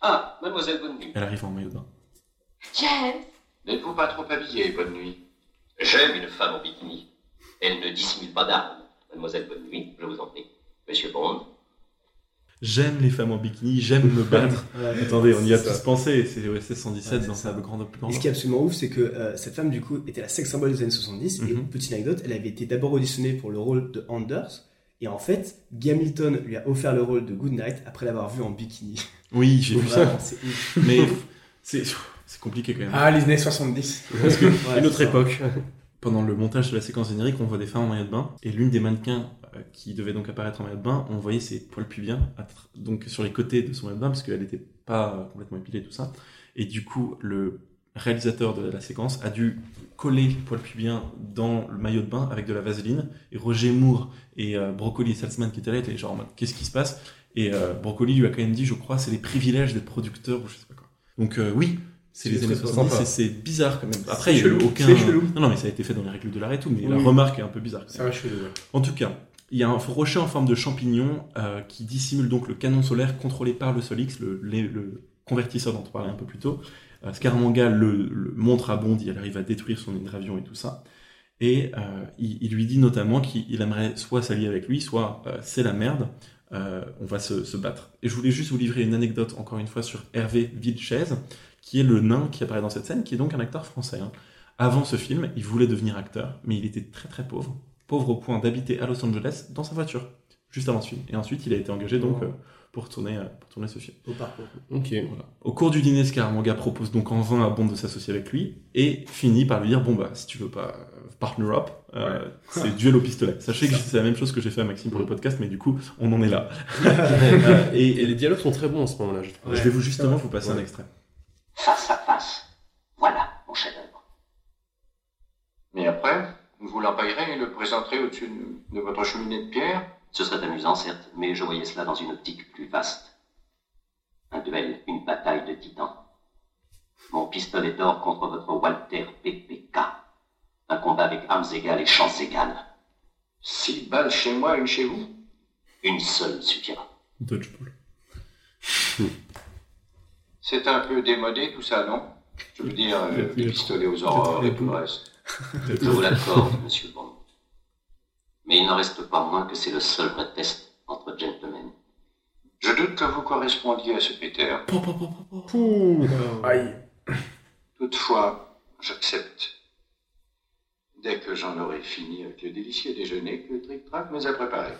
Ah, mademoiselle, bonne nuit. Elle arrive en maillot de bain. James, N'êtes-vous pas trop habillée, bonne nuit J'aime une femme en bikini. Elle ne dissimule pas d'armes. Mademoiselle, bonne nuit, je vous en prie. Monsieur Bond, J'aime les femmes en bikini, j'aime me battre. [laughs] Attendez, on y a C'est ça. tous pensé, c'est OSS 117 Ouais, dans c'est sa ça. grande Et ce qui est absolument ouf, c'est que euh, cette femme, du coup, était la sex symbole des années 70. Et Mhm. petite anecdote, elle avait été d'abord auditionnée pour le rôle de Anders. Et en fait, Gamilton lui a offert le rôle de Goodnight après l'avoir vu en bikini. Oui, j'ai Donc vu ça, [laughs] vraiment, c'est ouf. mais c'est c'est compliqué quand même. Ah, les années 70. Ouais, Une autre c'est ça. époque. [laughs] Pendant le montage de la séquence générique, on voit des femmes en maillot de bain et l'une des mannequins euh, qui devait donc apparaître en maillot de bain, on voyait ses poils pubiens à tr- donc sur les côtés de son maillot de bain parce qu'elle n'était pas euh, complètement épilée tout ça. Et du coup, le réalisateur de la séquence a dû coller les poils pubiens dans le maillot de bain avec de la vaseline. Et Roger Moore et euh, Broccoli et Salzman qui étaient là étaient genre en mode, qu'est-ce qui se passe Et euh, Broccoli lui a quand même dit je crois c'est les privilèges des producteurs ou je sais pas quoi. Donc euh, oui. C'est C'est les années très 70, sympa. c'est- c'est bizarre quand même. Après, C'est il y a eu chelou, aucun. c'est chelou. Non, non, mais ça a été fait dans les règles de l'art et tout, mais la Oui. remarque est un peu bizarre. quand Ça même. va chelou. ouais. En tout cas, il y a un rocher en forme de champignon euh, qui dissimule donc le canon solaire contrôlé par le Solix, le, les- le convertisseur dont on parlait un peu plus tôt. Euh, Scaramanga le, le montre à Bond, il arrive à détruire son hydravion et tout ça. Et euh, il, il lui dit notamment qu'il il aimerait soit s'allier avec lui, soit euh, c'est la merde, euh, on va se, se battre. Et je voulais juste vous livrer une anecdote encore une fois sur Hervé Villechez, qui est le nain qui apparaît dans cette scène, qui est donc un acteur français. hein. Avant ce film, il voulait devenir acteur, mais il était très très pauvre pauvre au point d'habiter à Los Angeles dans sa voiture, juste avant ce film. Et ensuite, il a été engagé Oh. donc euh, pour, tourner, euh, pour tourner ce film. Au parcours. Ok. Au cours du dîner, Scaramanga propose donc en vain à Bond de s'associer avec lui et finit par lui dire Bon, bah, si tu veux pas euh, partner up, euh, c'est duel au pistolet. [laughs] Sachez que c'est la même chose que j'ai fait à Maxime Mm. pour le podcast, mais du coup, on en est là. [laughs] Euh, et, Et les dialogues sont très bons en ce moment-là, je trouve. je vais vous justement vous passer un Ouais. extrait. face à face. Voilà mon chef-d'œuvre. Mais après, vous l'empaillerez et le présenterez au-dessus de, de votre cheminée de pierre Ce serait amusant, certes, mais je voyais cela dans une optique plus vaste. Un duel, une bataille de titans. Mon pistolet d'or contre votre Walter PPK. Un combat avec armes égales et chances égales. Six balles chez moi, une chez vous Une seule suffira. Dodgeball. C'est un peu démodé tout ça, non Je veux dire, Il y a euh, plus les les- pistolets aux aurores et tout le reste. plus Je vous l'accorde, [laughs] monsieur Bond. Mais il n'en reste pas moins que c'est le seul vrai test entre gentlemen. Je doute que vous correspondiez à ce Peter. Po, po, po, po, po. Aïe. Toutefois, j'accepte. Dès que j'en aurai fini avec le délicieux déjeuner que Trick-Track nous a préparé.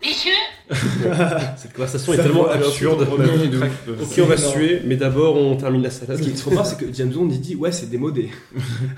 messieurs, Cette conversation est Ça tellement vaut alors, absurde. c'est vraiment une ok, on va se énorme. tuer, mais d'abord on termine la salade. Ce qui est trop fort, c'est que James Bond, il dit Ouais, c'est démodé.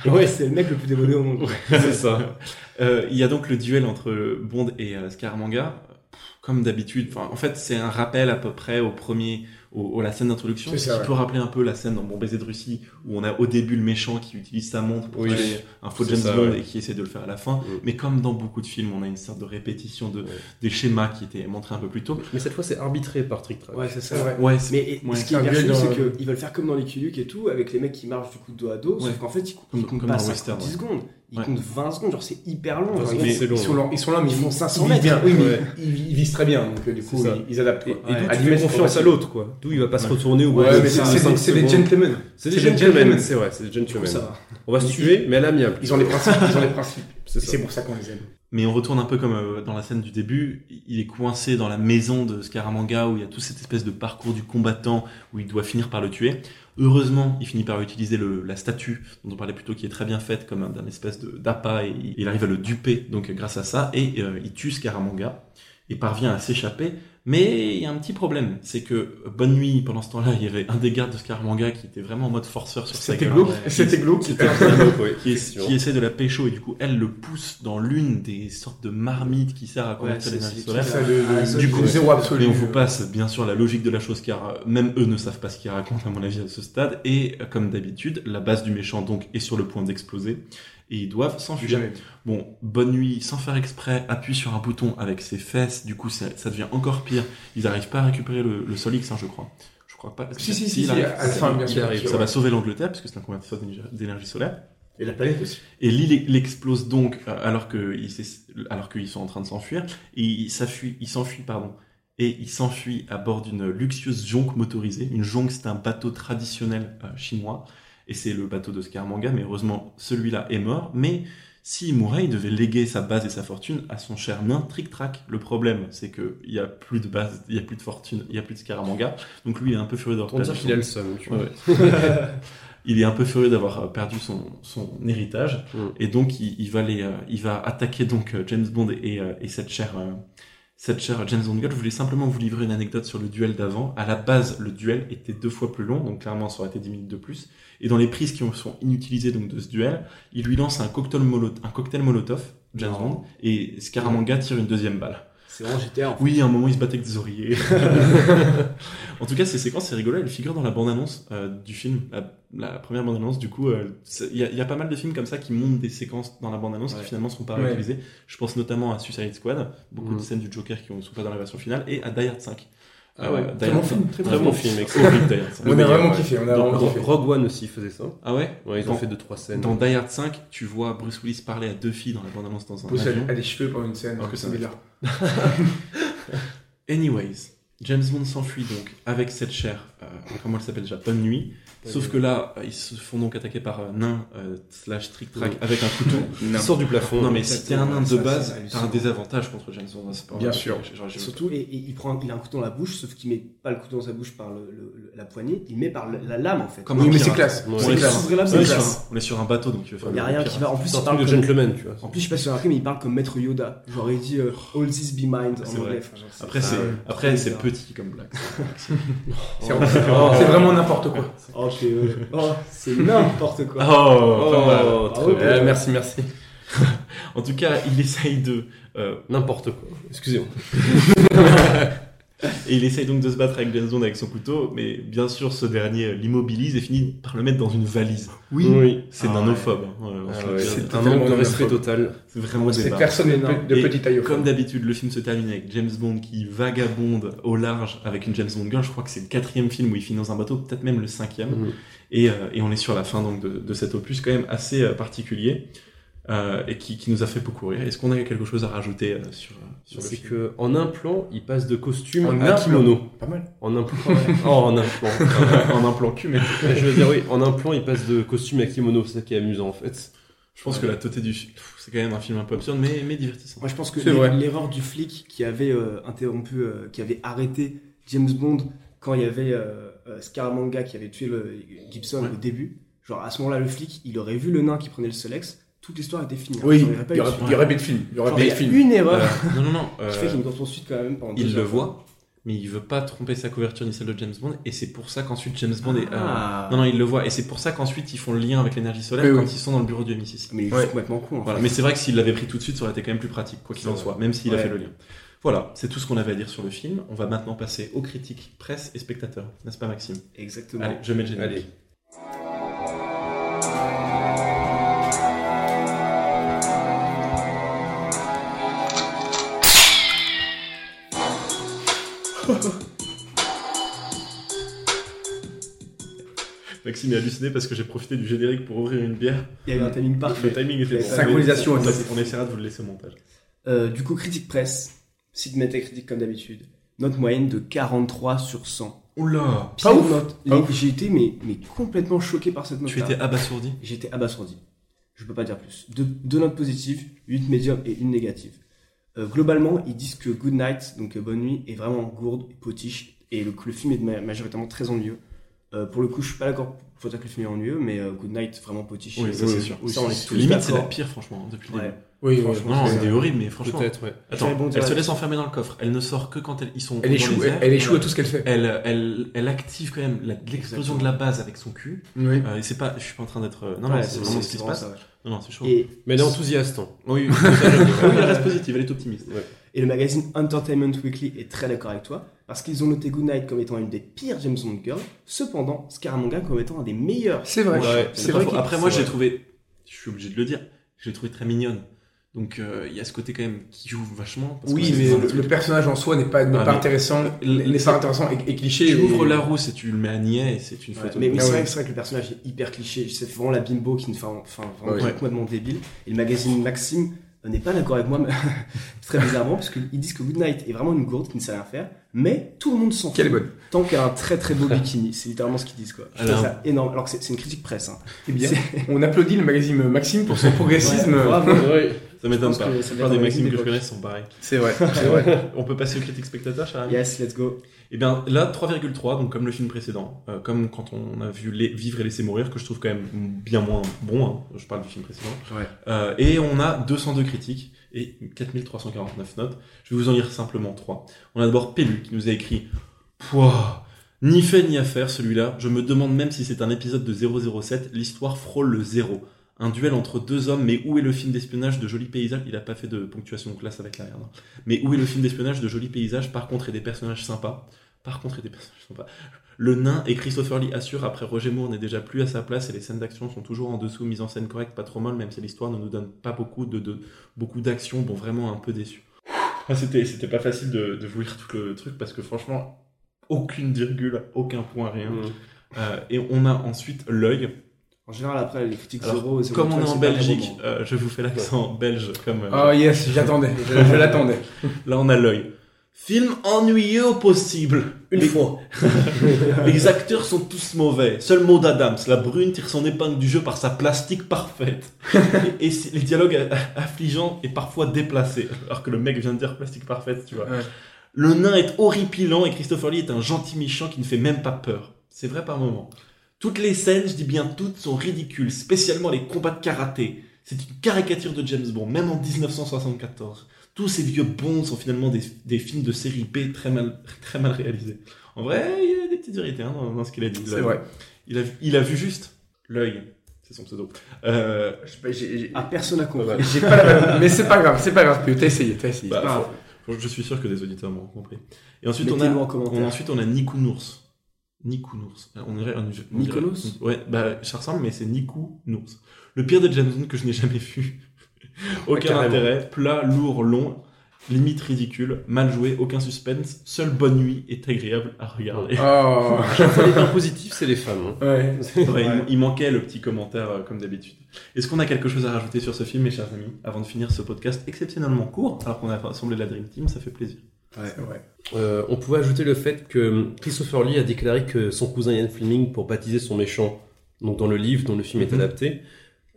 Ouais. ouais, c'est le mec le plus démodé au monde. C'est ça. Euh, Il y a donc le duel entre Bond et euh, Scaramanga. Pff, Comme d'habitude, enfin, en fait, c'est un rappel à peu près au premier, au, à la scène d'introduction, C'est ce ça, qui ouais. peut rappeler un peu la scène dans Bon baiser de Russie où on a au début le méchant qui utilise sa montre pour Oui. tuer un faux C'est James ça, Bond ouais. et qui essaie de le faire à la fin. Mm. Mais comme dans beaucoup de films, on a une sorte de répétition de Ouais. des schémas qui étaient montrés un peu plus tôt. Mais cette fois c'est arbitré par Trick Track. Ouais, c'est C'est ça. vrai. Ouais, c'est Mais et- Ouais, ce c'est qui est un hyper duel chelou, c'est dans- qu'ils veulent faire comme dans les Q-Luke et tout, avec les mecs qui marchent du coup dos à dos, Ouais. sauf qu'en fait, ils comptent, Comme- ils comptent comme pas dans 50 Western, ouais. secondes, ils Ouais. comptent 20 secondes, genre c'est hyper long. Parce genre, que ils- c'est long. Ils sont, lents, ils sont là, mais Ils ils font font 500 ils visent mètres. bien. Oui, Ouais. mais ils, ils visent très bien, donc euh, du C'est coup, ça. ils, ils adaptent. Et, quoi. et donc À tu 10 fais mètres, confiance faut à l'autre quoi. D'où il va pas se retourner au bout Ouais, de mais c'est- cinq c'est c'est des secondes. gentlemen. C'est c'est des des gentlemen, gentlemen. c'est vrai, c'est des Du coup, gentlemen. ça va. On va se tuer, mais à l'amiable. Ils ont les principes. Ils ont les principes. C'est Et C'est ça. pour ça qu'on les aime. Mais on retourne un peu comme euh, dans la scène du début, il est coincé dans la maison de Scaramanga où il y a toute cette espèce de parcours du combattant où il doit finir par le tuer. Heureusement, il finit par utiliser le- la statue dont on parlait plus tôt qui est très bien faite comme un, d'un espèce de- d'appât et il- il arrive à le duper donc euh, grâce à ça et euh, il tue Scaramanga et parvient à s'échapper. Mais il y a un petit problème, c'est que euh, bonne nuit pendant ce temps-là, il y avait un des gardes de Scaramanga qui était vraiment en mode forceur sur sa C'était gueule glauque. C'était glauque. qui, qui essaie de la pécho et du coup elle le pousse dans l'une des sortes de marmites qui sert à Ouais, convaincre c'est l'énergie c'est- solaire. ça, le- Ah, le- ça, du je- coup, zéro absolu. Mais on vous passe bien sûr la logique de la chose car euh, même eux ne savent pas ce qu'ils racontent à mon avis à ce stade et euh, comme d'habitude la base du méchant donc est sur le point d'exploser et ils doivent s'enfuir. Jamais. Bon, bonne nuit, sans faire exprès, appuie sur un bouton avec ses fesses, du coup ça, ça devient encore pire. Ils n'arrivent pas à récupérer le, le Solix, hein, je crois. Je crois pas. Si, si, il si, si, arrive. à la fin, bien Il sûr. arrive. Ouais. Ça va sauver l'Angleterre, puisque c'est un convertisseur d'énergie- d'énergie solaire. Et la palette aussi. Et l'île il explose donc euh, alors que ils s'ess- alors qu'ils sont en train de s'enfuir. Et il s'enfuit, il s'enfuit pardon. Et il s'enfuit à bord d'une luxueuse jonque motorisée. Une jonque, c'est un bateau traditionnel euh, chinois. Et c'est le bateau de Scaramanga. Mais heureusement, celui-là est mort. Mais s'il mourait, il devait léguer sa base et sa fortune à son cher nain Trick Track. Le problème, c'est que il y a plus de base, il y a plus de fortune, il y a plus de Scaramanga. Donc lui, il est un peu furieux d'avoir On perdu dirait qu'il son- a le seum. tu vois. Ouais, ouais. [laughs] il est un peu furieux d'avoir euh, perdu son, son héritage Mm. et donc il, il va les, euh, il va attaquer donc euh, James Bond et, euh, et cette chère euh, cette chère James Bond girl. Je voulais simplement vous livrer une anecdote sur le duel d'avant. À la base, le duel était deux fois plus long, donc clairement ça aurait été 10 minutes de plus. Et dans les prises qui sont inutilisées donc de ce duel, il lui lance un cocktail molotov, un cocktail molotov James Bond et Scaramanga tire une deuxième balle. C'est vraiment GTA en fait. Oui, à un moment, il se battait avec des oreillers. [laughs] en tout cas, ces séquences, c'est rigolo. Elles figurent dans la bande-annonce euh, du film, la, la première bande-annonce. Du coup, euh, c'est- il y, a- il y a pas mal de films comme ça qui montent des séquences dans la bande-annonce Ouais. qui finalement seront pas Ouais. réutilisées. Je pense notamment à Suicide Squad, beaucoup Mm. Mhm. de scènes du Joker qui ont sont pas dans la version finale, et à Die Hard 5. Ah ouais, Euh, Die très bon Hard film. 5, Très Très bon bon film. film, excellent. Horrible, Die Hard 5. On a vraiment ouais. kiffé. On a Dans- vraiment Ro- kiffé. Rogue One aussi faisait ça. Ah ouais Ouais, ils Dans- ont fait deux trois scènes. Dans Die Hard 5, tu vois Bruce Willis parler à deux filles dans la bande-annonce dans un Pousse avion. à des cheveux pendant une scène. Alors que C'est ça- bizarre. Anyways, James Bond s'enfuit donc avec cette chère, euh, comment elle s'appelle déjà, Bonne Nuit. Sauf que là, euh, ils se font donc attaquer par un nain euh, slash trick track avec un couteau. [laughs] Il sort du plafond. non mais si t'es un nain de Ça, base, c'est hallucinant. t'as un désavantage contre James Bond. hein, c'est pas Bien vrai. sûr. Genre, j'ai- Surtout, et, et il, prend, il a un couteau dans la bouche, sauf qu'il met pas le couteau dans sa bouche par le- le- le- la poignée, il met par le- la lame en fait. Comme Oui, un mais c'est pirate. classe. Ouais. On est C'est il clair. classe. s'ouvre la On est, bouche. sur un, on est sur un bateau donc tu veux faire Il y a le rien pirate. qui va. En plus, C'est un il truc parle de comme... gentleman, tu vois. En plus, je sais pas si vous avez remarqué, mais il parle comme Maître Yoda. Genre, il dit euh, Oh. All this be mine en C'est anglais. Ah, vrai. Enfin, genre, c'est- Après ça- c'est après Ah c'est bizarre. petit comme blague. C'est c'est vraiment n'importe quoi. Oh, c'est, euh, oh, c'est n'importe quoi. Oh, pas mal. Oh, Ah ouais, très ouais. bien. Merci, merci. En tout cas, il essaye de euh, N'importe quoi. Excusez-moi. Et il essaye donc de se battre avec James Bond avec son couteau, mais bien sûr, ce dernier euh, l'immobilise et finit par le mettre dans une valise. Oui. C'est Ah nanophobe. hein, euh, on se le dira. C'est C'est un totalement manque de respect homophobe. total. C'est vraiment C'est débat. personne n'est énorme. de Et petit taille. au Comme fond. d'habitude, le film se termine avec James Bond qui vagabonde au large avec une James Bond girl. Je crois que c'est le quatrième film où il finit dans un bateau, peut-être même le cinquième. Mhm. Et, euh, et on est sur la fin donc de, de cet opus quand même assez euh, particulier euh, et qui, qui nous a fait beaucoup rire. Est-ce qu'on a quelque chose à rajouter euh, sur, euh, sur le C'est film que en un plan, il passe de costume En un à kimono. Pas mal. En un plan. Oh, en un plan. En un plan cul, mais Mais je veux dire, oui, en un plan, il passe de costume à kimono. C'est ça qui est amusant en fait. je pense que la totalité du film, pff, c'est quand même un film un peu absurde, mais, mais divertissant. Moi, je pense que C'est l'er- vrai. l'erreur du flic qui avait euh, interrompu, euh, qui avait arrêté James Bond quand il y avait euh, euh, Scaramanga qui avait tué le- Gibson Ouais. au début, genre à ce moment-là, le flic, il aurait vu le nain qui prenait le Solex, toute l'histoire était finie. hein. Oui, Genre, il aurait pas il y eu- aurait- il y aurait bien de film. Il y aurait Genre, bien il de y a film. une erreur Euh, non, non, non. qui euh, fait qu'il me poursuit quand même pendant deux il le heures. voit, mais il veut pas tromper sa couverture ni celle de James Bond, et c'est pour ça qu'ensuite James Bond est. euh, Ah. Non, non, il le voit, et c'est pour ça qu'ensuite ils font le lien avec l'énergie solaire Oui, quand oui. ils sont dans le bureau du M6. Mais il est Ouais. complètement con. en Voilà. fait. Mais c'est vrai que s'il l'avait pris tout de suite, ça aurait été quand même plus pratique, quoi qu'il en soit, même s'il a Ouais. fait le lien. Voilà, c'est tout ce qu'on avait à dire sur le film. On va maintenant passer aux critiques, presse et spectateurs, n'est-ce pas Maxime Exactement. Allez, je mets le générique. Allez. [laughs] Maxime est halluciné parce que j'ai profité du générique pour ouvrir une bière. Il y avait un timing Le parfait. timing était bon. Synchronisation, On, ça, on essaiera de vous le laisser au montage. Euh, du coup, critique presse, Signet et critique comme d'habitude. note moyenne de 43 sur 100. Oula Pire ouf. note. Pas Les- ouf. J'ai été mais, mais complètement choqué par cette note. Tu étais abasourdi. J'étais abasourdi. Je peux pas dire plus. Deux, deux notes positives, une médium et une négative. Euh, globalement, ils disent que Good Night, donc euh, Bonne Nuit, est vraiment gourde et potiche, et le, que le film est ma- majoritairement très ennuyeux. Euh, pour le coup, je suis pas d'accord pour dire que le film est ennuyeux, mais euh, Good Night, vraiment potiche. Oui, ça c'est sûr. Ça, on est tous Limite, c'est la d'accord. pire, franchement, hein, depuis le Ouais. début. Oui, franchement, Non, c'est elle ça. est horrible, mais franchement. Peut-être, ouais. Attends, Je vais elle rebondir se là- laisse enfermer dans le coffre. Elle ne sort que quand elle- ils sont. Elle dans échoue, les airs. elle, elle échoue à Voilà. tout ce qu'elle fait. Elle, elle, elle active quand même la- l'explosion de la base avec son cul. Oui. Euh, et c'est pas, je suis pas en train d'être. euh, Non, Ouais, non, c'est vraiment ce qui se vraiment passe. ça, ouais. Non, non, c'est chaud. Et, Mais elle est enthousiaste. hein. [laughs] Oui, oui, ça, je- oui, elle reste positive, elle est optimiste. et le magazine Entertainment Weekly est très d'accord avec toi, parce qu'ils ont noté Good Night comme étant une des pires James Bond girls, cependant, Scaramanga comme étant un des meilleurs. C'est vrai. Ouais, c'est c'est pas vrai faux. qu'il- Après, moi, c'est je l'ai vrai. trouvé, je suis obligé de le dire, je l'ai trouvé très mignonne. Donc, euh, il y a ce côté quand même qui joue vachement. parce que Oui, c'est mais dans le, le personnage en soi n'est pas, n'est Ah, pas mais- intéressant, le- n'est pas intéressant et, et cliché. Tu et- ouvres la rousse et tu le mets à niais et c'est une Ouais, photo. mais de- mais Ah c'est ouais. vrai, c'est vrai que le personnage est hyper cliché. C'est vraiment la bimbo qui ne fait enfin, vraiment Ouais. complètement débile. Et le magazine Maxime euh, n'est pas d'accord avec moi, mais [laughs] très bizarrement, parce qu'ils disent que Goodnight est vraiment une gourde qui ne sait rien faire, mais tout le monde s'en fout. Quelle est bonne. Tant qu'elle a un très [laughs] très beau bikini, c'est littéralement ce qu'ils disent quoi. Je trouve Alors- ça énorme. Alors que c'est c'est une critique presse. Hein. Eh bien, C'est- on applaudit le magazine Maxime pour son progressisme. Ouais, bravo. [laughs] Ça m'étonne Je pense pas. que La ça plupart doit des être maximes une que je époque. connais sont pareils. C'est vrai. C'est vrai. [laughs] On peut passer aux critiques spectateurs, Charles Yes, let's go. Eh bien là, 3,3, donc comme le film précédent, euh, comme quand on a vu les Vivre et laisser mourir, que je trouve quand même bien moins bon, hein, je parle du film précédent. Ouais. Euh, et on a 202 critiques et 4349 notes. Je vais vous en lire simplement 3. On a d'abord Pélu qui nous a écrit Pouah, ni fait ni à faire celui-là, je me demande même si c'est un épisode de 007, l'histoire frôle le zéro. Un duel entre deux hommes, mais où est le film d'espionnage de jolis paysages Il a pas fait de ponctuation de classe avec la merde. hein. Mais où est le film d'espionnage de jolis paysages, par contre, et des personnages sympas par contre, il y a des personnages sympas. Le nain et Christopher Lee assurent après Roger Moore n'est déjà plus à sa place et les scènes d'action sont toujours en dessous, mise en scène correcte, pas trop molle, même si l'histoire ne nous donne pas beaucoup de, de- beaucoup d'action, bon vraiment un peu déçu. Ah, c'était c'était pas facile de, de vous lire tout le truc parce que franchement aucune virgule, aucun point, rien. Euh, et on a ensuite l'œil. En général, après, les critiques Alors, zéro, zéro Comme on étoile, est en c'est pas très Belgique, bon. euh, je vous fais l'accent belge comme. euh, Oh yes, j'attendais. Je, je l'attendais. Là, on a l'œil. Film ennuyeux au possible. Une Les- fois. [laughs] Les acteurs sont tous mauvais. Seul Maud Adams, la brune, tire son épingle du jeu par sa plastique parfaite. et, et c'est- les dialogues a- affligeants et parfois déplacés. Alors que le mec vient de dire plastique parfaite, tu vois. Ouais. Le nain est horripilant et Christopher Lee est un gentil méchant qui ne fait même pas peur. C'est vrai par moments. Toutes les scènes, je dis bien toutes, sont ridicules, spécialement les combats de karaté. C'est une caricature de James Bond, même en 1974. Tous ces vieux Bonds sont finalement des, des films de série B très mal, très mal réalisés. En vrai, il y a des petites vérités hein, dans, dans ce qu'il a dit. C'est vrai. Il a, vu- il a vu juste l'œil. C'est son pseudo. Euh, Je- j'ai- j'ai- Ah, personne n'a compris. J'ai pas la bonne- Mais c'est pas grave, c'est pas grave. Pio, T'as essayé, t'as essayé. Ah. bah, pas grave. faut- je suis sûr que des auditeurs m'ont compris. Et ensuite, on a, Mettez-nous en on, commentaire. ensuite, on a Nikounours. Nikounours. Euh, On dirait, on dirait- on dirait- Nicolas Ouais, bah, ça ressemble, mais c'est Nikounours. Le pire de James Bond que je n'ai jamais vu. aucun Carrément. intérêt, plat, lourd, long, limite ridicule, mal joué, aucun suspense, seule bonne nuit est agréable à regarder. Oh. Chaque fois, les points positifs, c'est les femmes. hein. Ouais. [laughs] Ouais, il- Il manquait le petit commentaire euh, comme d'habitude. Est-ce qu'on a quelque chose à rajouter sur ce film, mes chers amis, avant de finir ce podcast exceptionnellement court, alors qu'on a rassemblé la Dream Team, ça fait plaisir. C'est vrai. Euh, on pouvait ajouter le fait que hum, Christopher Lee a déclaré que son cousin Ian Fleming, pour baptiser son méchant, donc dans le livre dont le film est Mhm. adapté,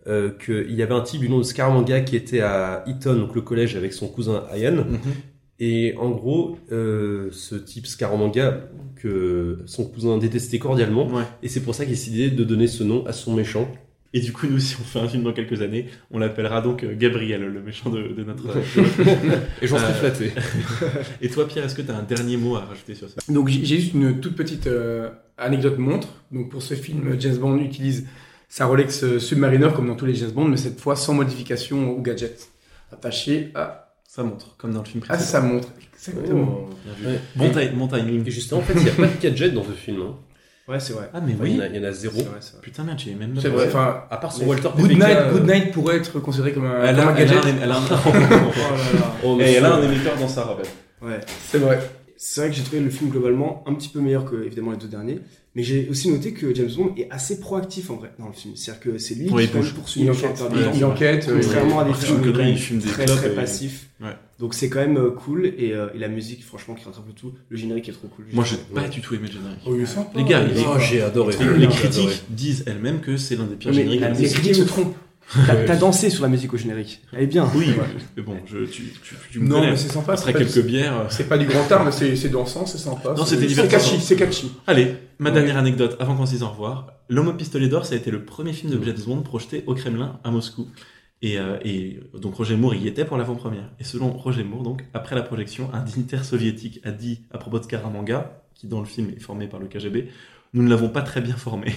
euh, qu'il y avait un type du nom de Scaramanga qui était à Eton, donc le collège, avec son cousin Ian. Et en gros, euh, ce type Scaramanga, que son cousin détestait cordialement, Ouais. et c'est pour ça qu'il a décidé de donner ce nom à son méchant. Et du coup, nous, si on fait un film dans quelques années, on l'appellera donc euh, Gabriel, le méchant de, de notre. Et j'en serais Euh, flatté. Et toi, Pierre, est-ce que tu as un dernier mot à rajouter sur ça Donc j'ai j'ai juste une toute petite euh, anecdote montre. Donc pour ce film, James Bond utilise sa Rolex euh, Submariner comme dans tous les James Bond, mais cette fois sans modification ou gadget attaché à, Ça montre, comme dans le film à précédent. sa montre. Exactement. Oh. Bien vu. Ouais. Bon, ti- bon timing. Et justement, en fait, il n'y a pas de gadget dans ce film. hein. Ouais, c'est vrai. Ah, mais Enfin, il oui. y en a- il y, en a zéro. C'est vrai, c'est vrai. Putain, merde, j'ai même pas C'est vrai. pensé. Enfin, À part son Mais Walter euh, Good PPK, Night, euh, Good Night pourrait être considéré comme un, Elle comme a, un elle a [laughs] gadget. un- elle a un- Oh là là. oh, Eh, elle a un monsieur. émetteur dans sa Ravel. Ouais. C'est vrai. c'est vrai que j'ai trouvé le film globalement un petit peu meilleur que évidemment les deux derniers, mais j'ai aussi noté que James Bond est assez proactif en vrai dans le film. C'est-à-dire que c'est lui Oui, il qui quand même bouge. poursuit Il une enquête, enquête. ouais, il enquête, euh, Contrairement à des Arthur films Godin, il globalement fume des très clopes très et- passifs. Ouais. Donc c'est quand même euh, cool et, euh, et la musique franchement qui rattrape le tout. Le générique est trop cool. Moi, j'ai pas du tout aimé le générique. Oh, il est sympa. Les gars, il est- Oh, j'ai adoré. Les, les J'ai adoré. critiques disent elles-mêmes que c'est l'un des pires Mais génériques. la- de la les saison. critiques se trompent. T'as t'as dansé sur la musique au générique. Elle est bien. Oui, mais bon, je, tu, tu, tu me Non, connais. mais c'est sympa. Après c'est pas- quelques bières. euh, C'est pas du grand art, mais c'est c'est dansant, c'est sympa. Non, c'est- c'était C'est divertissant. catchy, c'est catchy. Allez, ma dernière anecdote avant qu'on se dise au revoir. L'homme au pistolet d'or, ça a été le premier film de James Bond projeté au Kremlin, à Moscou. Et, euh, et donc Roger Moore y était pour l'avant-première. Et selon Roger Moore, donc, après la projection, un dignitaire soviétique a dit à propos de Karamanga, qui dans le film est formé par le KGB, nous ne l'avons pas très bien formé.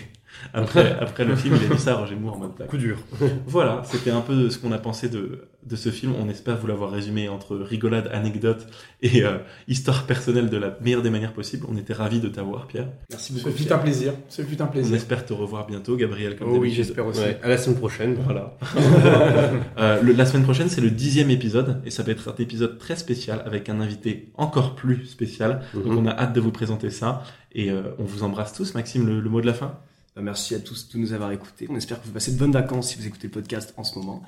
[laughs] Après, après le film, il a dit ça à Roger Moore en mode blague. Coup dur. [laughs] Voilà, c'était un peu ce qu'on a pensé de, de ce film. On espère vous l'avoir résumé entre rigolade, anecdote et euh, histoire personnelle de la meilleure des manières possibles. On était ravis de t'avoir, Pierre. Merci Ce beaucoup. fut un plaisir. Ce fut un On plaisir. espère te revoir bientôt, Gabriel, comme Oh oui, d'habitude. j'espère aussi. Ouais, à la semaine prochaine. [laughs] Voilà. Euh, le- la semaine prochaine, c'est le dixième épisode et ça va être un épisode très spécial avec un invité encore plus spécial. Mhm. Donc on a hâte de vous présenter ça et euh, on vous embrasse tous. Maxime, le, le mot de la fin Euh, Merci à tous de nous avoir écoutés. On espère que vous passez de bonnes vacances si vous écoutez le podcast en ce moment.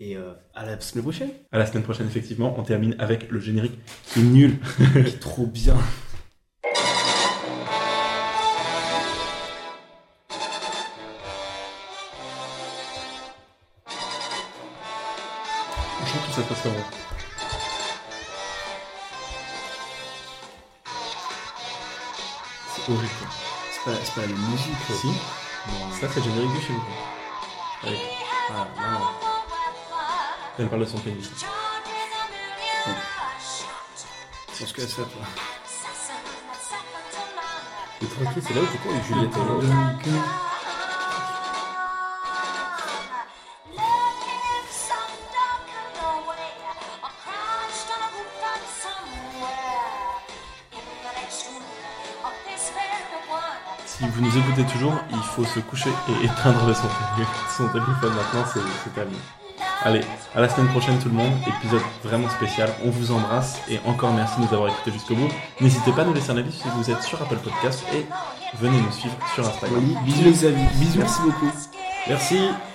Et euh, à la semaine prochaine. À la semaine prochaine, effectivement, on termine avec le générique qui est nul. C'est trop bien. Je trouve que ça passe comment C'est horrible. C'est pas, c'est pas la musique. quoi. Si, ça c'est le générique du film. Allez, Ah, non, non. elle parle de son pénis. Je pense que ça, quoi. Et tranquille, c'est là où c'est quoi avec Juliette Ah, Euh, Si vous nous écoutez toujours, il faut se coucher et éteindre son, [laughs] son téléphone maintenant, c'est c'est terminé. Allez, à la semaine prochaine tout le monde, épisode vraiment spécial, on vous embrasse et encore merci de nous avoir écoutés jusqu'au bout. N'hésitez pas à nous laisser un avis si vous êtes sur Apple Podcast et venez nous suivre sur Instagram. Bisous les amis. Bisous. Merci beaucoup. Merci Ah.